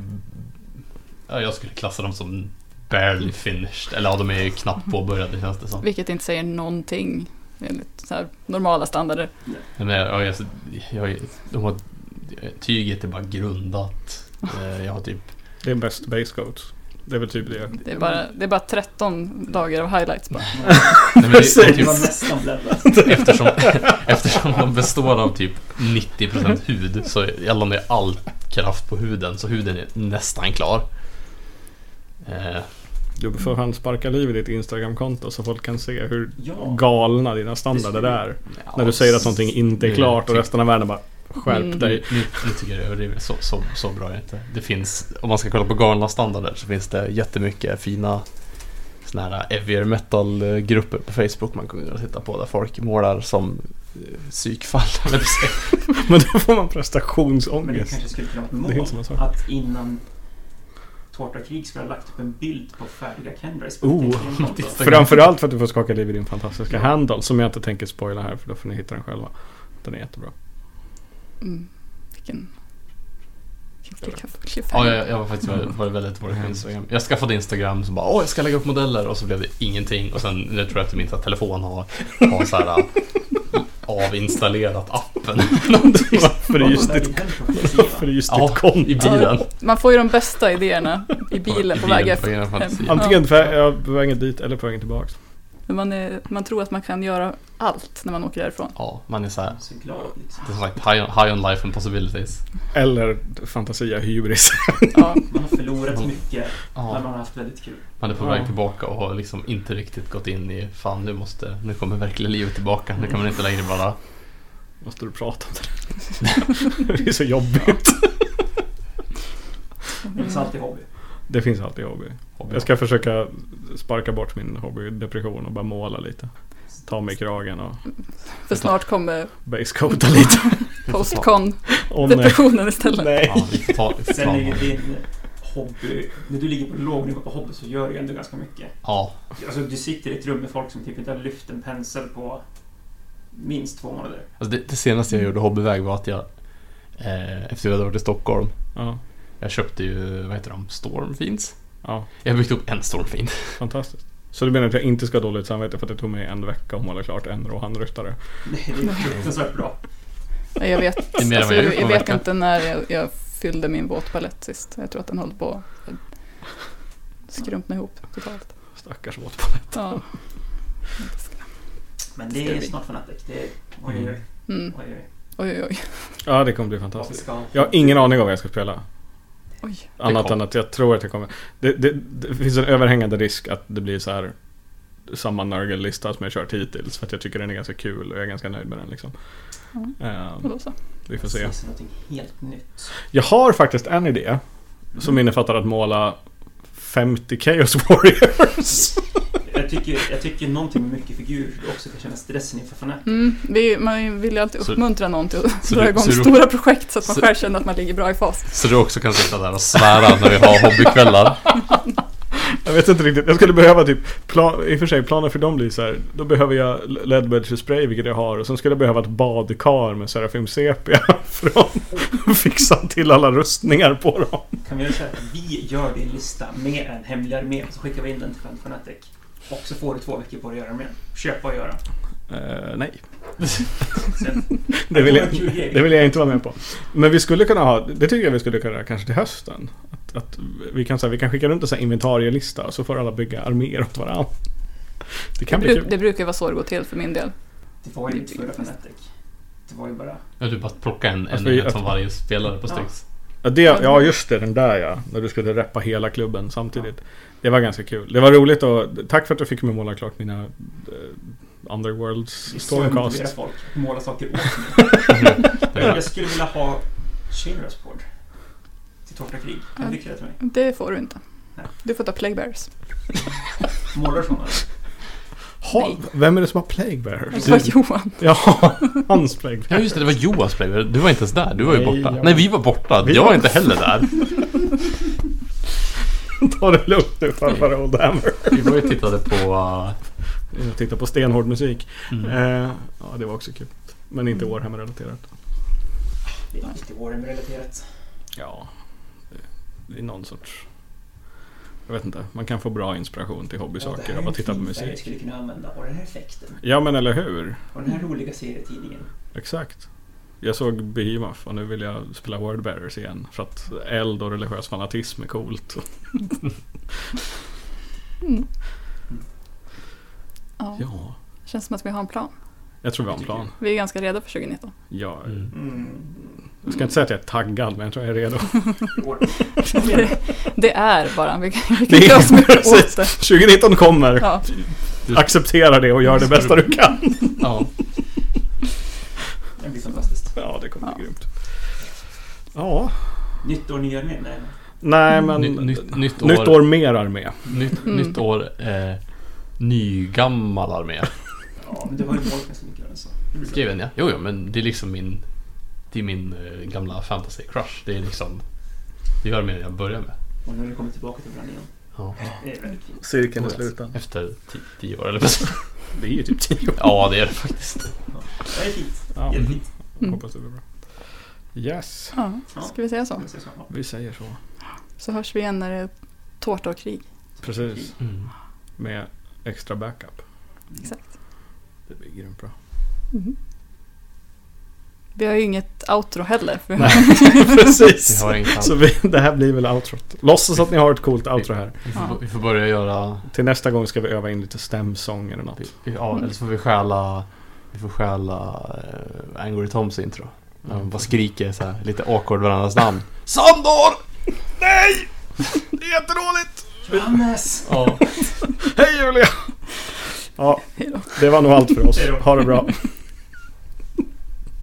[SPEAKER 3] ja, jag skulle klassa dem som barely finished. Eller ja, de är ju knappt påbörjade känns det som.
[SPEAKER 1] Vilket inte säger någonting enligt så här normala standarder.
[SPEAKER 3] Nej, Men jag, jag, jag, de har, tyget är bara grundat. Eh, Jag har typ
[SPEAKER 2] Det är bäst base coats. Det är väl typ det.
[SPEAKER 1] Det är bara, det är bara 13 dagar av highlights bara.
[SPEAKER 3] Nej, men det, det är
[SPEAKER 4] Det var
[SPEAKER 3] typ
[SPEAKER 4] nästan bläddrat.
[SPEAKER 3] Eftersom, eftersom de består av typ 90% hud så gäller det all kraft på huden så huden är nästan klar. Eh,
[SPEAKER 2] Du får fan sparka liv i ditt Instagram-konto så folk kan se hur
[SPEAKER 4] Ja.
[SPEAKER 2] galna dina standarder
[SPEAKER 4] Precis.
[SPEAKER 2] är.
[SPEAKER 3] ja,
[SPEAKER 2] När du säger att någonting inte är
[SPEAKER 3] det-
[SPEAKER 4] typ-
[SPEAKER 2] klart och resten av världen bara skärp
[SPEAKER 1] Mm.
[SPEAKER 2] dig.
[SPEAKER 3] Nu, nu, nu tycker jag det är överdrivet. Så, så, så bra är det inte. Det finns, om man ska kolla på galna standarder så finns det jättemycket fina såna här heavier metal-grupper på Facebook man kan gå in och titta på där folk målar som eh, psykfall. höll jag på att säga.
[SPEAKER 2] Men då får man
[SPEAKER 4] Men det
[SPEAKER 2] prestationsångest.
[SPEAKER 4] kanske skulle kunna
[SPEAKER 2] Det är
[SPEAKER 4] vara
[SPEAKER 2] inte
[SPEAKER 4] ett
[SPEAKER 2] samma
[SPEAKER 4] mål
[SPEAKER 2] sak.
[SPEAKER 4] att innan Tårta och krig skulle ha lagt upp en bild på färdiga Kendrys.
[SPEAKER 2] Oh,
[SPEAKER 3] titta.
[SPEAKER 2] Framförallt för att du får skaka liv i din fantastiska handle som jag inte tänker spoila här för då får ni hitta den själva. Den är jättebra.
[SPEAKER 1] Mm. Vilken... Vilken
[SPEAKER 3] Ja,
[SPEAKER 1] cliffhanger.
[SPEAKER 3] jag, jag var faktiskt väldigt, var väldigt
[SPEAKER 4] Mm.
[SPEAKER 3] dålig på Instagram. Jag skaffade Instagram som bara åh, jag ska lägga upp modeller och så blev det ingenting. Och sen nu tror jag till min telefon har, har så här, avinstallerat appen.
[SPEAKER 2] Du har fryst ditt, fryst
[SPEAKER 3] Ja,
[SPEAKER 2] ditt konto.
[SPEAKER 3] I bilen.
[SPEAKER 1] Man får ju de bästa idéerna i bilen
[SPEAKER 3] I
[SPEAKER 1] på väg
[SPEAKER 3] på
[SPEAKER 1] efter.
[SPEAKER 3] vägen fram till sidan.
[SPEAKER 2] Antingen på vä- ja, på vägen dit eller på vägen tillbaks.
[SPEAKER 1] Men Man, är, man tror att man kan göra allt när man åker därifrån.
[SPEAKER 3] Ja, man är så här.
[SPEAKER 4] Så glad liksom.
[SPEAKER 3] Det är som sagt high on, high on life and possibilities.
[SPEAKER 2] Eller fantasia hybris.
[SPEAKER 1] Ja,
[SPEAKER 4] Man har förlorat mycket, men
[SPEAKER 3] Ja,
[SPEAKER 4] man har haft väldigt kul.
[SPEAKER 3] man är på väg tillbaka och har liksom inte riktigt gått in i fan nu måste, nu kommer verkligen livet tillbaka. Nu kan man inte längre bara
[SPEAKER 2] Måste du prata om det? Det är så jobbigt.
[SPEAKER 4] Det finns alltid hobby.
[SPEAKER 2] Det finns alltid hobby. Jag ska försöka sparka bort min hobbydepression och bara måla lite. Ta mig i kragen och
[SPEAKER 1] för snart kommer
[SPEAKER 2] basecoata lite.
[SPEAKER 1] postcon-depressionen
[SPEAKER 2] Åh
[SPEAKER 3] eh,
[SPEAKER 2] nej.
[SPEAKER 1] istället.
[SPEAKER 2] nej.
[SPEAKER 3] Ja, vi får ta, vi får ta
[SPEAKER 4] Sen ligger
[SPEAKER 3] någon.
[SPEAKER 4] din hobby... När du ligger på låg nivå på hobby så gör du ändå ganska mycket.
[SPEAKER 3] Ja,
[SPEAKER 4] Alltså du sitter i ett rum med folk som typ inte har lyft en pensel på minst två månader.
[SPEAKER 3] Alltså det, det senaste jag gjorde hobbyväg var att jag eh, Efter jag hade varit i Stockholm
[SPEAKER 2] Ja,
[SPEAKER 3] Jag köpte ju, vad heter de, stormfins?
[SPEAKER 2] ja,
[SPEAKER 3] Jag har byggt upp en stormfin
[SPEAKER 2] fantastiskt. Så du menar att jag inte ska ha dåligt samvete för att det tog mig en vecka att måla klart en råhandryttare?
[SPEAKER 4] Nej, det är fruktansvärt bra.
[SPEAKER 1] Nej, Jag vet,
[SPEAKER 3] är mer än
[SPEAKER 1] alltså, jag,
[SPEAKER 3] vad jag gjort på
[SPEAKER 1] jag
[SPEAKER 3] en
[SPEAKER 1] vet
[SPEAKER 3] vecka.
[SPEAKER 1] inte när jag, jag fyllde min våtpalett sist. Jag tror att den håller på att skrumpna ihop totalt.
[SPEAKER 2] Stackars våt
[SPEAKER 1] Ja.
[SPEAKER 4] Men det är snart fanatic. Det är... Oj, oj, oj.
[SPEAKER 1] Mm.
[SPEAKER 4] oj, oj.
[SPEAKER 1] Oj, oj, oj.
[SPEAKER 2] Ja, det kommer bli
[SPEAKER 4] Vad vi
[SPEAKER 2] fantastiskt.
[SPEAKER 4] ska...
[SPEAKER 2] Jag har ingen aning om vad jag ska spela.
[SPEAKER 1] oj.
[SPEAKER 2] Annat
[SPEAKER 3] kom.
[SPEAKER 2] än att jag tror att jag kommer... Det, det, det finns en överhängande risk att det blir så här samma Nurgle-lista som jag kört hittills. För att jag tycker den är ganska kul och jag är ganska nöjd med den liksom.
[SPEAKER 1] Mm.
[SPEAKER 2] Eh,
[SPEAKER 1] Och då så.
[SPEAKER 2] vi får se.
[SPEAKER 4] Det är någonting helt nytt.
[SPEAKER 2] Jag har faktiskt en idé som innefattar att måla 50 Chaos Warriors.
[SPEAKER 4] Jag tycker, jag tycker någonting med mycket figur också kan känna stressen inför fanatic.
[SPEAKER 1] Mm, vi, man vill ju alltid
[SPEAKER 3] Så-
[SPEAKER 1] uppmuntra någon till att
[SPEAKER 3] så
[SPEAKER 1] dra
[SPEAKER 3] du-
[SPEAKER 1] igång
[SPEAKER 3] så du-
[SPEAKER 1] stora projekt så att man
[SPEAKER 3] så-
[SPEAKER 1] själv känner att man ligger bra i fas.
[SPEAKER 3] Så du också kan sitta där och svära när vi har hobbykvällar
[SPEAKER 2] Jag vet inte riktigt. Jag skulle behöva typ... Plan, I och för sig, planen för dem blir så här. Då behöver jag Ledbedge spray, vilket jag har. Och sen skulle jag behöva ett badkar med Serafim Sepia. För att fixa till alla rustningar på dem.
[SPEAKER 4] Kan vi göra så här att vi gör din lista med en hemlig armé och så skickar vi in den till Fan Fanatic. Och så får du två veckor på dig att göra armén. Köpa och göra.
[SPEAKER 2] Eh, nej.
[SPEAKER 4] Sen,
[SPEAKER 2] Det vill, jag,
[SPEAKER 4] Det var en kul grej.
[SPEAKER 2] det vill jag inte vara med på. Men vi skulle kunna ha, det tycker jag vi skulle kunna göra kanske till hösten. Att att, att vi, kan, så här, vi kan skicka runt en så här inventarielista så får alla bygga arméer åt varandra. Det kan
[SPEAKER 1] det,
[SPEAKER 2] bli
[SPEAKER 1] bru-
[SPEAKER 2] kul.
[SPEAKER 1] det brukar vara så det går till för min del.
[SPEAKER 4] Det var ju inte förra
[SPEAKER 1] Fast-
[SPEAKER 4] Fanatic. Det var ju bara...
[SPEAKER 3] Ja, du bara plockar en,
[SPEAKER 2] Alltså,
[SPEAKER 3] en
[SPEAKER 2] vi-
[SPEAKER 3] enhet från varje spelare på
[SPEAKER 4] Ja.
[SPEAKER 3] Strix.
[SPEAKER 2] Ja, det, ja just det, den där ja. När du skulle reppa hela klubben samtidigt. Det var ganska kul. Det var roligt och tack för att du fick mig måla klart mina eh, Underworlds
[SPEAKER 4] Det är så jag motiverar
[SPEAKER 2] Stormcast.
[SPEAKER 4] folk. att Måla saker åt mig.
[SPEAKER 3] Det är-
[SPEAKER 4] Jag skulle vilja ha Shinras board. Till Tårta krig. Kan du fixa det till mig?
[SPEAKER 1] Det får du inte.
[SPEAKER 4] Nej.
[SPEAKER 1] Du får ta plague bears.
[SPEAKER 4] Målar du sådana?
[SPEAKER 2] Ha, vem är det som har Plague Bear?
[SPEAKER 1] Det var Johan.
[SPEAKER 2] Ja, hans Plague Bear.
[SPEAKER 3] Ja just det, det var Joas player. Du var inte ens där, du var ju
[SPEAKER 2] Nej,
[SPEAKER 3] borta.
[SPEAKER 2] jag-
[SPEAKER 3] Nej vi var borta,
[SPEAKER 2] Vi
[SPEAKER 3] jag
[SPEAKER 2] var-
[SPEAKER 3] var inte heller där.
[SPEAKER 2] Ta det lugnt nu farfar Old Hammer.
[SPEAKER 3] Vi var ju och tittade på... eh,
[SPEAKER 2] Jag tittar på stenhård musik.
[SPEAKER 3] mm.
[SPEAKER 2] Eh, ja, det var också kul. Men inte Warhammer-relaterat.
[SPEAKER 4] Det är lite Warhammer-relaterat.
[SPEAKER 2] Ja, det är någon sorts... Jag vet inte, man kan få bra inspiration till
[SPEAKER 4] Ja,
[SPEAKER 2] hobbysaker
[SPEAKER 4] det här
[SPEAKER 2] av att titta på
[SPEAKER 4] är en fin färg Jag
[SPEAKER 2] musik.
[SPEAKER 4] skulle kunna använda. Och den här effekten.
[SPEAKER 2] Ja, men eller hur?
[SPEAKER 4] Och den här roliga serietidningen.
[SPEAKER 2] Exakt. Jag såg Behemoth och nu vill jag spela Wordbearers igen. För att eld och religiös fanatism är coolt.
[SPEAKER 1] Mm. Ja.
[SPEAKER 2] Ja,
[SPEAKER 1] Känns som att vi har en plan.
[SPEAKER 2] jag tror vi har en plan.
[SPEAKER 1] Vi är ganska redo för 2019.
[SPEAKER 2] Ja,
[SPEAKER 3] Mm.
[SPEAKER 4] Mm.
[SPEAKER 2] jag ska inte säga att jag är taggad, men jag tror jag är redo.
[SPEAKER 4] År-
[SPEAKER 1] Det, det är bara, vi kan, vi
[SPEAKER 2] Det
[SPEAKER 1] kan
[SPEAKER 2] är-
[SPEAKER 1] göra så mycket åt
[SPEAKER 2] precis.
[SPEAKER 1] det.
[SPEAKER 2] 2019 kommer!
[SPEAKER 1] Ja.
[SPEAKER 2] Acceptera det och gör det bästa du kan.
[SPEAKER 3] Ja.
[SPEAKER 4] Det blir fantastiskt.
[SPEAKER 2] Ja, det kommer
[SPEAKER 1] Ja.
[SPEAKER 2] bli grymt. Ja,
[SPEAKER 4] Nytt år, nya armén. Nej,
[SPEAKER 2] nej men...
[SPEAKER 3] Mm. Ny- nytt, nytt år,
[SPEAKER 2] Nytt år mer armé.
[SPEAKER 3] Nytt,
[SPEAKER 1] Mm.
[SPEAKER 3] nytt år eh, nygammal armé.
[SPEAKER 4] ja, men du har ju målat ganska mycket av den så. Mm. Det blir bra.
[SPEAKER 3] Skriven ja. Jo, jo, men det är liksom min... Det är min eh, gamla fantasy-crush. Det är liksom... Det är armén jag börjar med.
[SPEAKER 4] Och nu har du kommit tillbaka till varandra igen.
[SPEAKER 3] Ja.
[SPEAKER 4] Det är väldigt fint.
[SPEAKER 2] Cirkeln
[SPEAKER 3] är sluten. Efter ti- tio år eller så.
[SPEAKER 2] Det är ju typ 10 år.
[SPEAKER 3] Ja, det är det faktiskt.
[SPEAKER 4] Det är fint.
[SPEAKER 2] Ja,
[SPEAKER 4] Jättefint.
[SPEAKER 1] Mm.
[SPEAKER 2] hoppas det blir bra. Yes,
[SPEAKER 1] ja,
[SPEAKER 4] Ja.
[SPEAKER 1] ska vi säga så?
[SPEAKER 4] Jag ser så. Ja,
[SPEAKER 2] vi säger så.
[SPEAKER 1] Så hörs vi igen när det är tårta och krig.
[SPEAKER 2] Precis,
[SPEAKER 3] Mm.
[SPEAKER 2] med extra backup.
[SPEAKER 1] Exakt.
[SPEAKER 2] Det blir grymt bra. Mm-hmm.
[SPEAKER 1] Mhm. Vi har ju inget outro heller. För
[SPEAKER 2] Nej,
[SPEAKER 3] Vi
[SPEAKER 2] precis.
[SPEAKER 3] har inget
[SPEAKER 2] Så
[SPEAKER 3] annat.
[SPEAKER 2] vi, det här blir väl outrot. Låtsas att ni har ett coolt outro här.
[SPEAKER 3] Vi får, vi får börja göra...
[SPEAKER 2] Till nästa gång ska vi öva in lite stämsång eller något.
[SPEAKER 3] Ja, eller så får vi stjäla... Vi får stjäla eh, Angry Toms intro. När
[SPEAKER 2] Mm.
[SPEAKER 3] de bara skriker så här, lite awkward varandras namn. Sandor!
[SPEAKER 2] Nej! Det är jättedåligt!
[SPEAKER 4] Johannes!
[SPEAKER 3] Ja.
[SPEAKER 2] Hej Julia! Ja,
[SPEAKER 1] Hej då.
[SPEAKER 2] det var nog allt för oss.
[SPEAKER 4] Hej då.
[SPEAKER 2] Ha det bra.